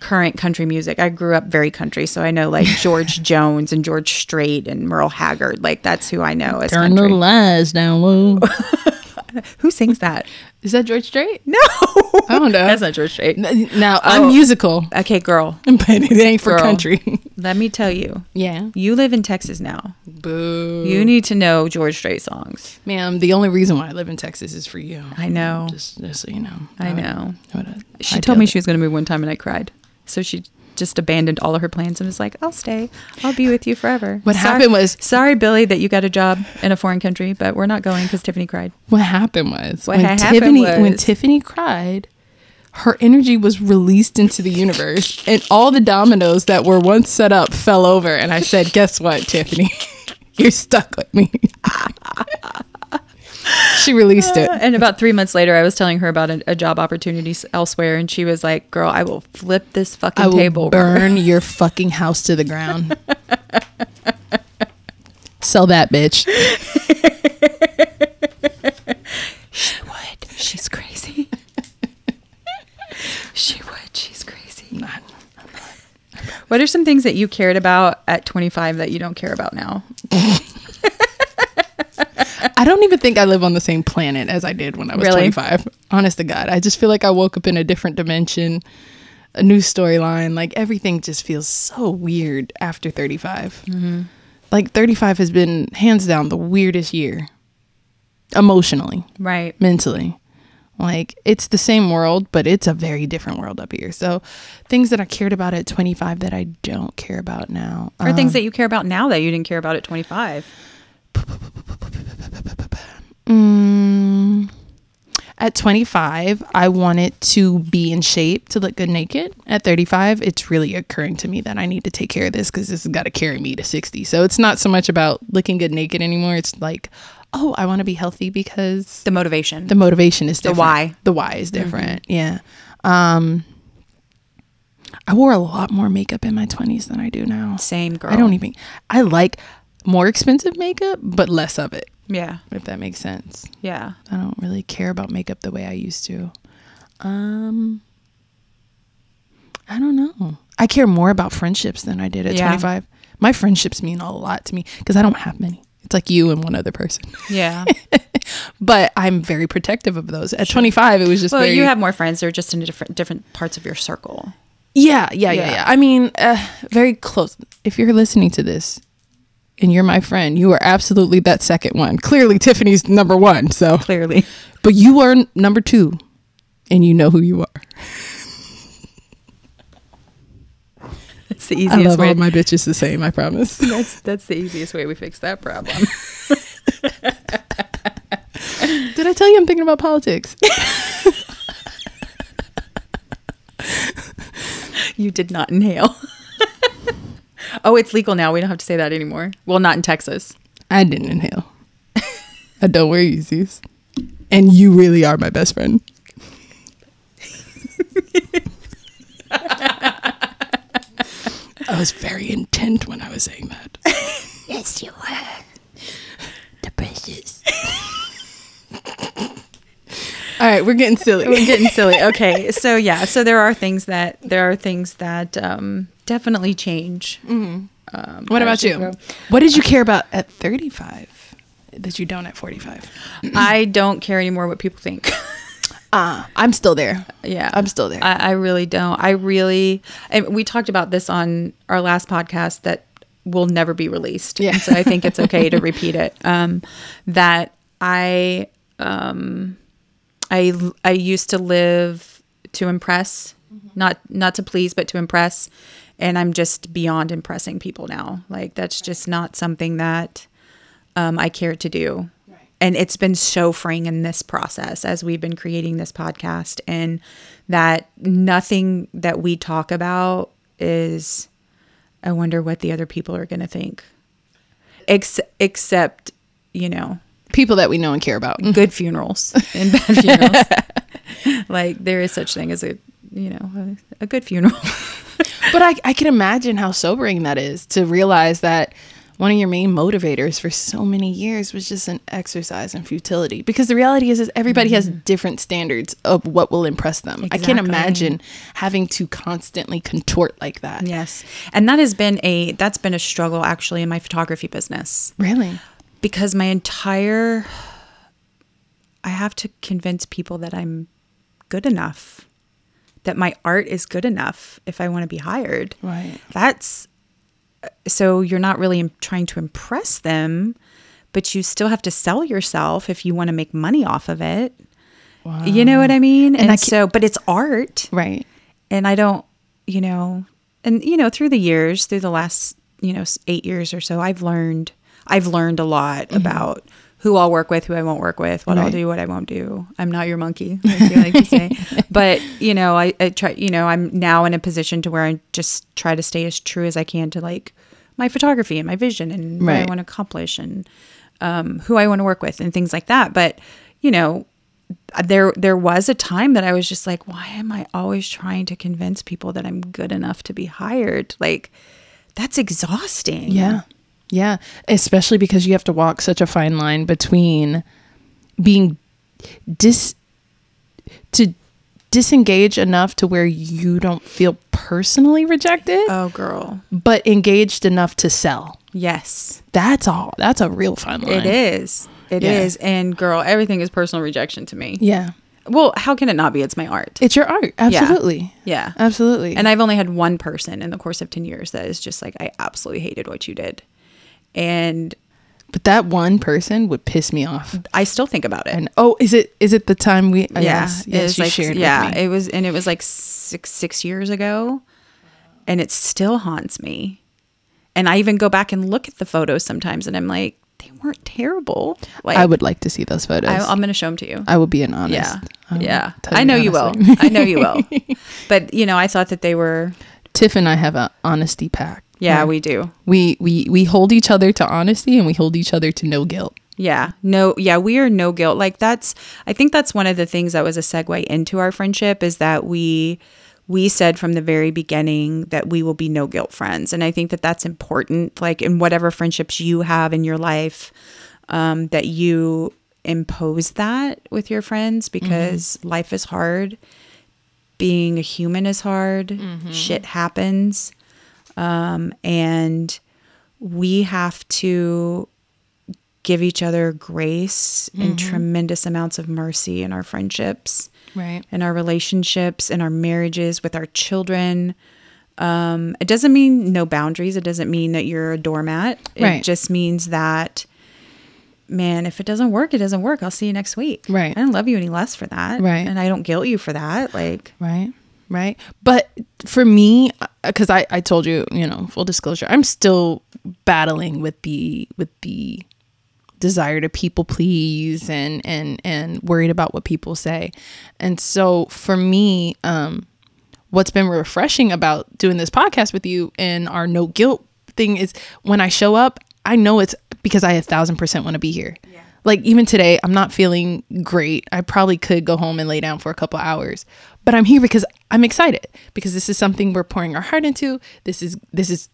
B: current country music. I grew up very country, so I know like George Jones and George Strait and Merle Haggard. Like that's who I know as
A: turn the
B: country.
A: lies down low.
B: Who sings that?
A: is that George Strait?
B: No,
A: I don't know.
B: that's not George Strait.
A: Now,
B: Oh.
A: I'm musical.
B: Okay, girl,
A: but it ain't for
B: Girl.
A: country.
B: let me tell you.
A: Yeah.
B: You live in Texas now.
A: Boo.
B: You need to know George Strait songs.
A: Ma'am, the only reason why I live in Texas is for you.
B: I know.
A: Just, just so you know.
B: I
A: would-
B: know.
A: I would-
B: She
A: I
B: told me
A: feel
B: she was going to move one time, and I cried. So she just abandoned all of her plans and was like, "I'll stay. I'll be with you forever."
A: What
B: Sorry-
A: happened was-
B: sorry, Billy, that you got a job in a foreign country, but we're not going because Tiffany cried.
A: that. What happened was
B: What
A: when
B: ha- happened
A: Tiffany when
B: was-
A: Tiffany cried, her energy was released into the universe, and all the dominoes that were once set up fell over. And I said, "Guess what, Tiffany? You're stuck with me." she released it.
B: And about three months later, I was telling her about a, a job opportunity s- elsewhere, and she was like, "Girl, I will flip this fucking
A: I will
B: table."
A: burn your fucking house to the ground. Sell that bitch.
B: What are some things that you cared about at 25 that you don't care about now?
A: I don't even think I live on the same planet as I did when I was
B: Really?
A: 25. Honest to God, I just feel like I woke up in a different dimension, a new storyline. Like everything just feels so weird after 35.
B: Mm-hmm.
A: Like 35 has been hands down the weirdest year emotionally,
B: Right.
A: mentally. Like it's the same world, but it's a very different world up here. So things that I cared about at 25 that I don't care about now.
B: Or things that you care about now that you didn't care about at 25.
A: Mm, at 25, I wanted to be in shape to look good naked. At 35, it's really occurring to me that I need to take care of this because this has got to carry me to 60. So it's not so much about looking good naked anymore. It's like, oh, I want to be healthy because
B: The motivation.
A: the motivation is different.
B: why. Mm-hmm.
A: The why is different. Yeah. Um, I wore a lot more makeup in my 20s than I do now.
B: Same girl.
A: I don't even, I like more expensive makeup, but less of it,
B: Yeah.
A: if that makes sense.
B: Yeah.
A: I don't really care about makeup the way I used to. Um, I don't know. I care more about friendships than I did at
B: Yeah.
A: 25. My friendships mean a lot to me because I don't have many. It's like you and one other person,
B: Yeah.
A: but I'm very protective of those. At 25, it was just
B: well,
A: very,
B: you have more friends. They're just in different different parts of your circle.
A: yeah, yeah, yeah,
B: Yeah.
A: yeah, I mean, uh, very close. If you're listening to this and you're my friend, you are absolutely that second one. Clearly, Tiffany's number one. So,
B: Clearly.
A: but you are n- number two, and you know who you are.
B: It's the
A: I love
B: easiest
A: all
B: way.
A: my bitches the same. I promise.
B: that's that's the easiest way we fix that problem.
A: Did I tell you I'm thinking about politics?
B: you did not inhale. oh, it's legal now. We don't have to say that anymore. Well, not in Texas.
A: I didn't inhale. I don't wear Yeezys, and you really are my best friend. I was very intent when I was saying that.
C: Yes, you were. The precious.
A: All right, we're getting silly.
B: We're getting silly. Okay, so yeah, so there are things that there are things that um, definitely change. Um,
A: What about
B: as
A: you?
B: grow.
A: What did you care about at 35 that you don't at 45?
B: I don't care anymore what people think.
A: Uh, I'm still there.
B: yeah,
A: I'm still there.
B: I, I really don't. I really. And we talked about this on our last podcast that will never be released.
A: Yeah.
B: And so I think it's okay to repeat it. Um, that I um, I I used to live to impress,
A: Mm-hmm.
B: not not to please, but to impress, and I'm just beyond impressing people now. Like that's just not something that um, I care to do. And it's been so freeing in this process as we've been creating this podcast, and that nothing that we talk about is. I wonder what the other people are going to think. Ex- except, you know,
A: People that we know and care about.
B: good funerals and bad funerals. like there is such thing as a you know a, a good funeral.
A: but I, I can imagine how sobering that is to realize that one of your main motivators for so many years was just an exercise in futility because the reality is, is everybody has different standards of what will impress them i can't
B: Exactly.
A: imagine having to constantly contort like that
B: yes, and that has been a that's been a struggle actually in my photography business
A: really
B: because my entire I have to convince people that I'm good enough, that my art is good enough if I want to be hired.
A: Right.
B: That's so you're not really im- trying to impress them, but you still have to sell yourself if you want to make money off of it. You know what I mean? And,
A: I ca-
B: so, but it's art.
A: right
B: And I don't, you know, and, you know, through the years, through the last, you know, s- eight years or so, I've learned, I've learned a lot about who I'll work with, who I won't work with, what I'll
A: Mm-hmm. Right.
B: do, what I won't do. I'm not your monkey, like you like to say. But, you know, I, I try, you know, I'm now in a position to where I just try to stay as true as I can to like my photography and my vision and what I
A: Right.
B: want to accomplish and um, who I want to work with and things like that. But you know, there there was a time that I was just like, why am I always trying to convince people that I'm good enough to be hired? Like, that's exhausting.
A: Yeah. Yeah. Especially because you have to walk such a fine line between being dis to disengage enough to where you don't feel personally rejected,
B: Oh, girl.
A: but engaged enough to sell.
B: Yes,
A: That's all. That's a real fun line.
B: it is. It is.
A: Yeah.
B: And girl, everything is personal rejection to me.
A: Yeah.
B: Well, how can it not be? It's my art.
A: It's your art.
B: Yeah.
A: Absolutely.
B: Yeah.
A: Absolutely.
B: And I've only had one person in the course of 10 years that is just like, I absolutely hated what you did. And
A: but that one person would piss me off.
B: I still think about it.
A: And oh, is it is it the time we? Uh, Yes,
B: it
A: yes
B: was
A: you
B: like,
A: shared
B: yeah,
A: with me.
B: it was, and it was like six six years ago, and it still haunts me. And I even go back and look at the photos sometimes, and I'm like, they weren't terrible. Like
A: I would like to see those photos.
B: I,
A: I,
B: I'm gonna show them to you.
A: will be an honest. um,
B: yeah,
A: I will
B: yeah.
A: tell
B: I know you will.
A: honestly.
B: I know you will. But you know, I thought that they were.
A: Tiff and I have an honesty pact.
B: Yeah,
A: where
B: we do.
A: we we we hold each other to honesty and we hold each other to no guilt.
B: Yeah. No, yeah, we are no guilt. Like that's I think that's one of the things that was a segue into our friendship is that we we said from the very beginning that we will be no guilt friends. And I think that that's important like in whatever friendships you have in your life um that you impose that with your friends because life is hard. Being a human is hard. Shit happens. Um and we have to give each other grace and
A: Mm-hmm.
B: tremendous amounts of mercy in our friendships,
A: Right.
B: in our relationships, in our marriages, with our children. Um, it doesn't mean no boundaries. It doesn't mean that you're a doormat.
A: Right.
B: It just means that, man, if it doesn't work, it doesn't work. I'll see you next week.
A: Right.
B: I don't love you any less for that.
A: Right.
B: And I don't guilt you for that. Like,
A: Right. Right. But for me, because I, I told you, you know, full disclosure, I'm still battling with the with the desire to people please and and and worried about what people say. And so for me, um, what's been refreshing about doing this podcast with you and our no guilt thing is when I show up, I know it's because I a thousand percent want to be here. Like even today, I'm not feeling great. I probably could go home and lay down for a couple hours, but I'm here because I'm excited because this is something we're pouring our heart into. This is this is,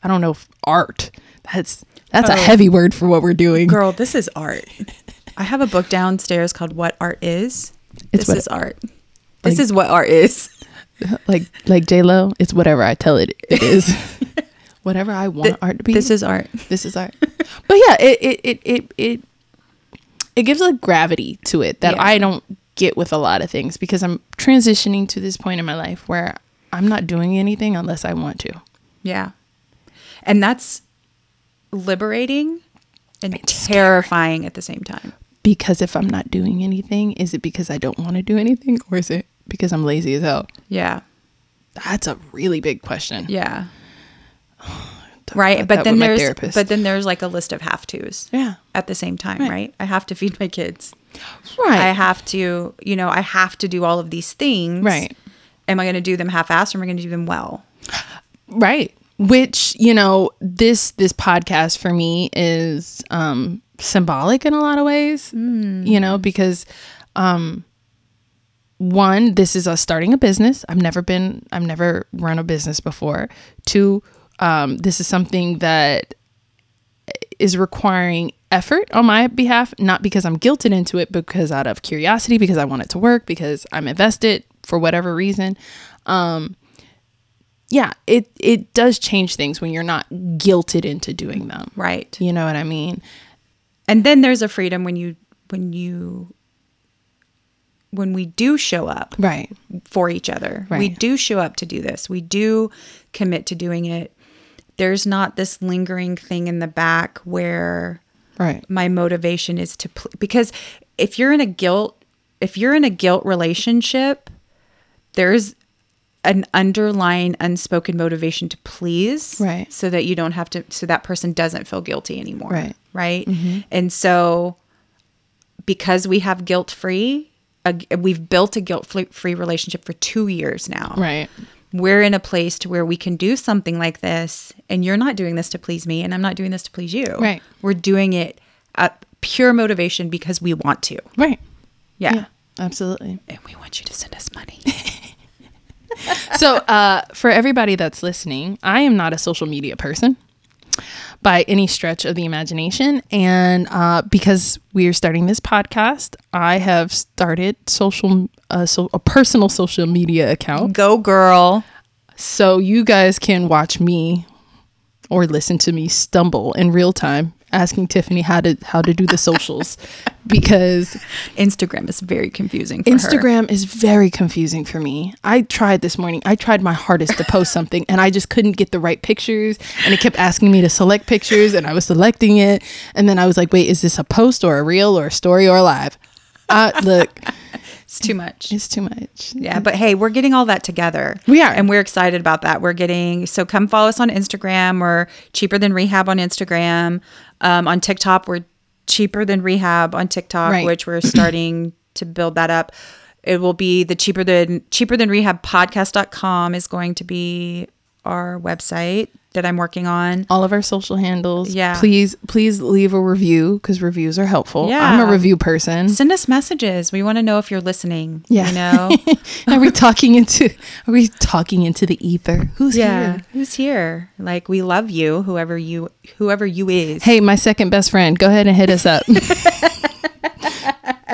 A: I don't know, if art. That's that's a heavy word for what we're doing.
B: girl, this is art. I have a book downstairs called What Art Is.
A: It's
B: This
A: what-
B: is art. This is what art is.
A: like like J Lo, it's whatever I tell it it is. whatever I want art to be.
B: This is art.
A: this is art. but yeah, it it it it it, it gives a gravity to it that
B: Yeah.
A: I don't get with a lot of things because I'm transitioning to this point in my life where I'm not doing anything unless I want to.
B: Yeah. And that's liberating and terrifying at the same time.
A: Because if I'm not doing anything, is it because I don't want to do anything or is it because I'm lazy as hell?
B: Yeah.
A: That's a really big question.
B: Yeah.
A: Talk
B: Right.
A: about
B: But
A: that
B: then
A: with my
B: there's
A: therapist.
B: but then there's like a list of have tos
A: yeah.
B: at the same time,
A: Right.
B: right. I have to feed my kids.
A: Right.
B: I have to, you know, I have to do all of these things.
A: Right.
B: Am I gonna do them half assed or am I gonna do them well?
A: right which you know this this podcast for me is um symbolic in a lot of ways you know because um one this is us starting a business i've never been i've never run a business before two um this is something that is requiring effort on my behalf not because i'm guilted into it because out of curiosity because i want it to work because i'm invested for whatever reason Um, yeah, it it does change things when you're not guilted into doing them.
B: Right.
A: You know what I mean?
B: And then there's a freedom when you when you when we do show up
A: Right.
B: for each other. We
A: Right.
B: do show up to do this. We do commit to doing it. There's not this lingering thing in the back where
A: Right.
B: my motivation is to pl- because if you're in a guilt if you're in a guilt relationship, there's an underlying unspoken motivation to please
A: Right.
B: so that you don't have to so that person doesn't feel guilty anymore
A: Right. Mm-hmm.
B: right and so because we have guilt free we've built a guilt free relationship for 2 years now
A: Right.
B: we're in a place to where we can do something like this and you're not doing this to please me and I'm not doing this to please you
A: Right.
B: we're doing it at pure motivation because we want to
A: Right.
B: yeah,
A: absolutely.
B: and we want you to send us money
A: so, uh, for everybody that's listening, I am not a social media person by any stretch of the imagination. And uh, because we are starting this podcast, I have started social, uh, so, a personal social media account.
B: go girl
A: So you guys can watch me or listen to me stumble in real time asking Tiffany how to how to do the socials because
B: Instagram is very confusing for her.
A: Instagram is very confusing for me. I tried this morning. I tried my hardest to post something and I just couldn't get the right pictures. And it kept asking me to select pictures and I was selecting it. And then I was like, wait, is this a post or a reel or a story or a live? Uh, look,
B: It's too much.
A: it's too much.
B: Yeah, but hey, we're getting all that together.
A: We are.
B: And we're excited about that. We're getting, so come follow us on Instagram. We're cheaper than rehab on Instagram. Um, on TikTok, we're cheaper than rehab on TikTok,
A: Right.
B: which we're starting to build that up. It will be the cheaper than cheaper than rehab podcast.com is going to be our website that I'm working on.
A: All of our social handles.
B: Yeah.
A: Please, please leave a review because reviews are helpful. I'm a
B: Yeah.
A: review person.
B: Send us messages. We want to know if you're listening.
A: Yeah.
B: You know?
A: are we talking into are we talking into the ether? Who's
B: yeah.
A: here?
B: Who's here? Like we love you, whoever you whoever you is.
A: Hey, my second best friend, go ahead and hit us up.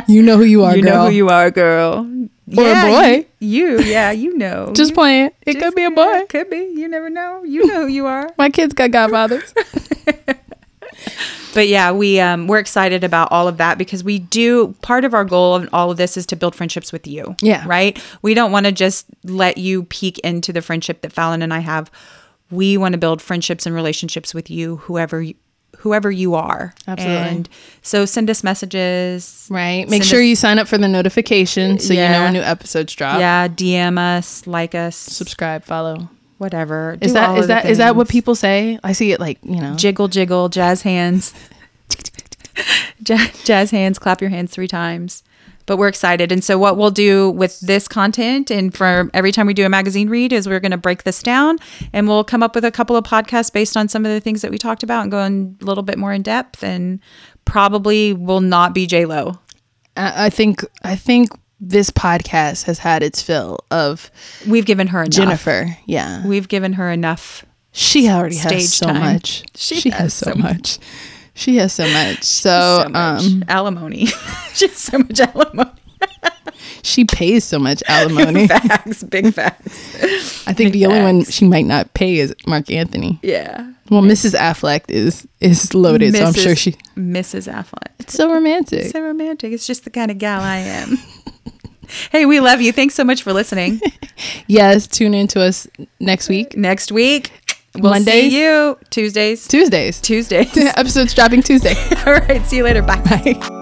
A: you know who you are,
B: you
A: girl.
B: know who you are, girl.
A: Or a boy.
B: You, you- yeah, you know.
A: Just playing. It could be a boy.
B: Could be. You never know. You know who you are.
A: My kids got godfathers.
B: But yeah, we um we're excited about all of that because we do part of our goal of all of this is to build friendships with you.
A: Yeah.
B: Right? We don't want to just let you peek into the friendship that Fallon and I have. We want to build friendships and relationships with you, whoever you whoever you are.
A: Absolutely.
B: And so send us messages.
A: right. Make
B: Send
A: sure
B: us-
A: you sign up for the notification so you know
B: Yeah.
A: when new episodes drop.
B: Yeah, DM us, like us,
A: Subscribe, follow.
B: whatever.
A: Is
B: Do all
A: that
B: of
A: is
B: the
A: that is that what
B: things.
A: people say? I see it like, you know.
B: jiggle jiggle jazz hands Ja- jazz hands clap your hands three times but we're excited and so what we'll do with this content and for every time we do a magazine read is we're going to break this down and we'll come up with a couple of podcasts based on some of the things that we talked about and go in a little bit more in depth and probably will not be j lo
A: I, I think I think this podcast has had its fill of
B: we've given her enough
A: Jennifer. Yeah.
B: we've given her enough
A: She already has
B: Stage
A: so
B: time.
A: much. She,
B: She
A: has, so much. She has so much. So,
B: so much
A: um
B: alimony just so much alimony
A: she pays so much alimony.
B: facts big facts
A: I think the only one she might not pay is Mark Anthony.
B: yeah
A: Well, Mrs. Affleck is is loaded, so I'm sure
B: Mrs.
A: she
B: Mrs. Affleck.
A: It's so romantic.
B: so romantic. It's just the kind of gal I am. hey, we love you. Thanks so much for listening.
A: Yes, tune in to us next week.
B: Next week, we'll
A: Mondays?
B: see you. Tuesdays.
A: Tuesdays.
B: Tuesdays.
A: Episodes dropping Tuesday.
B: All right. See you later. Bye.
A: Bye.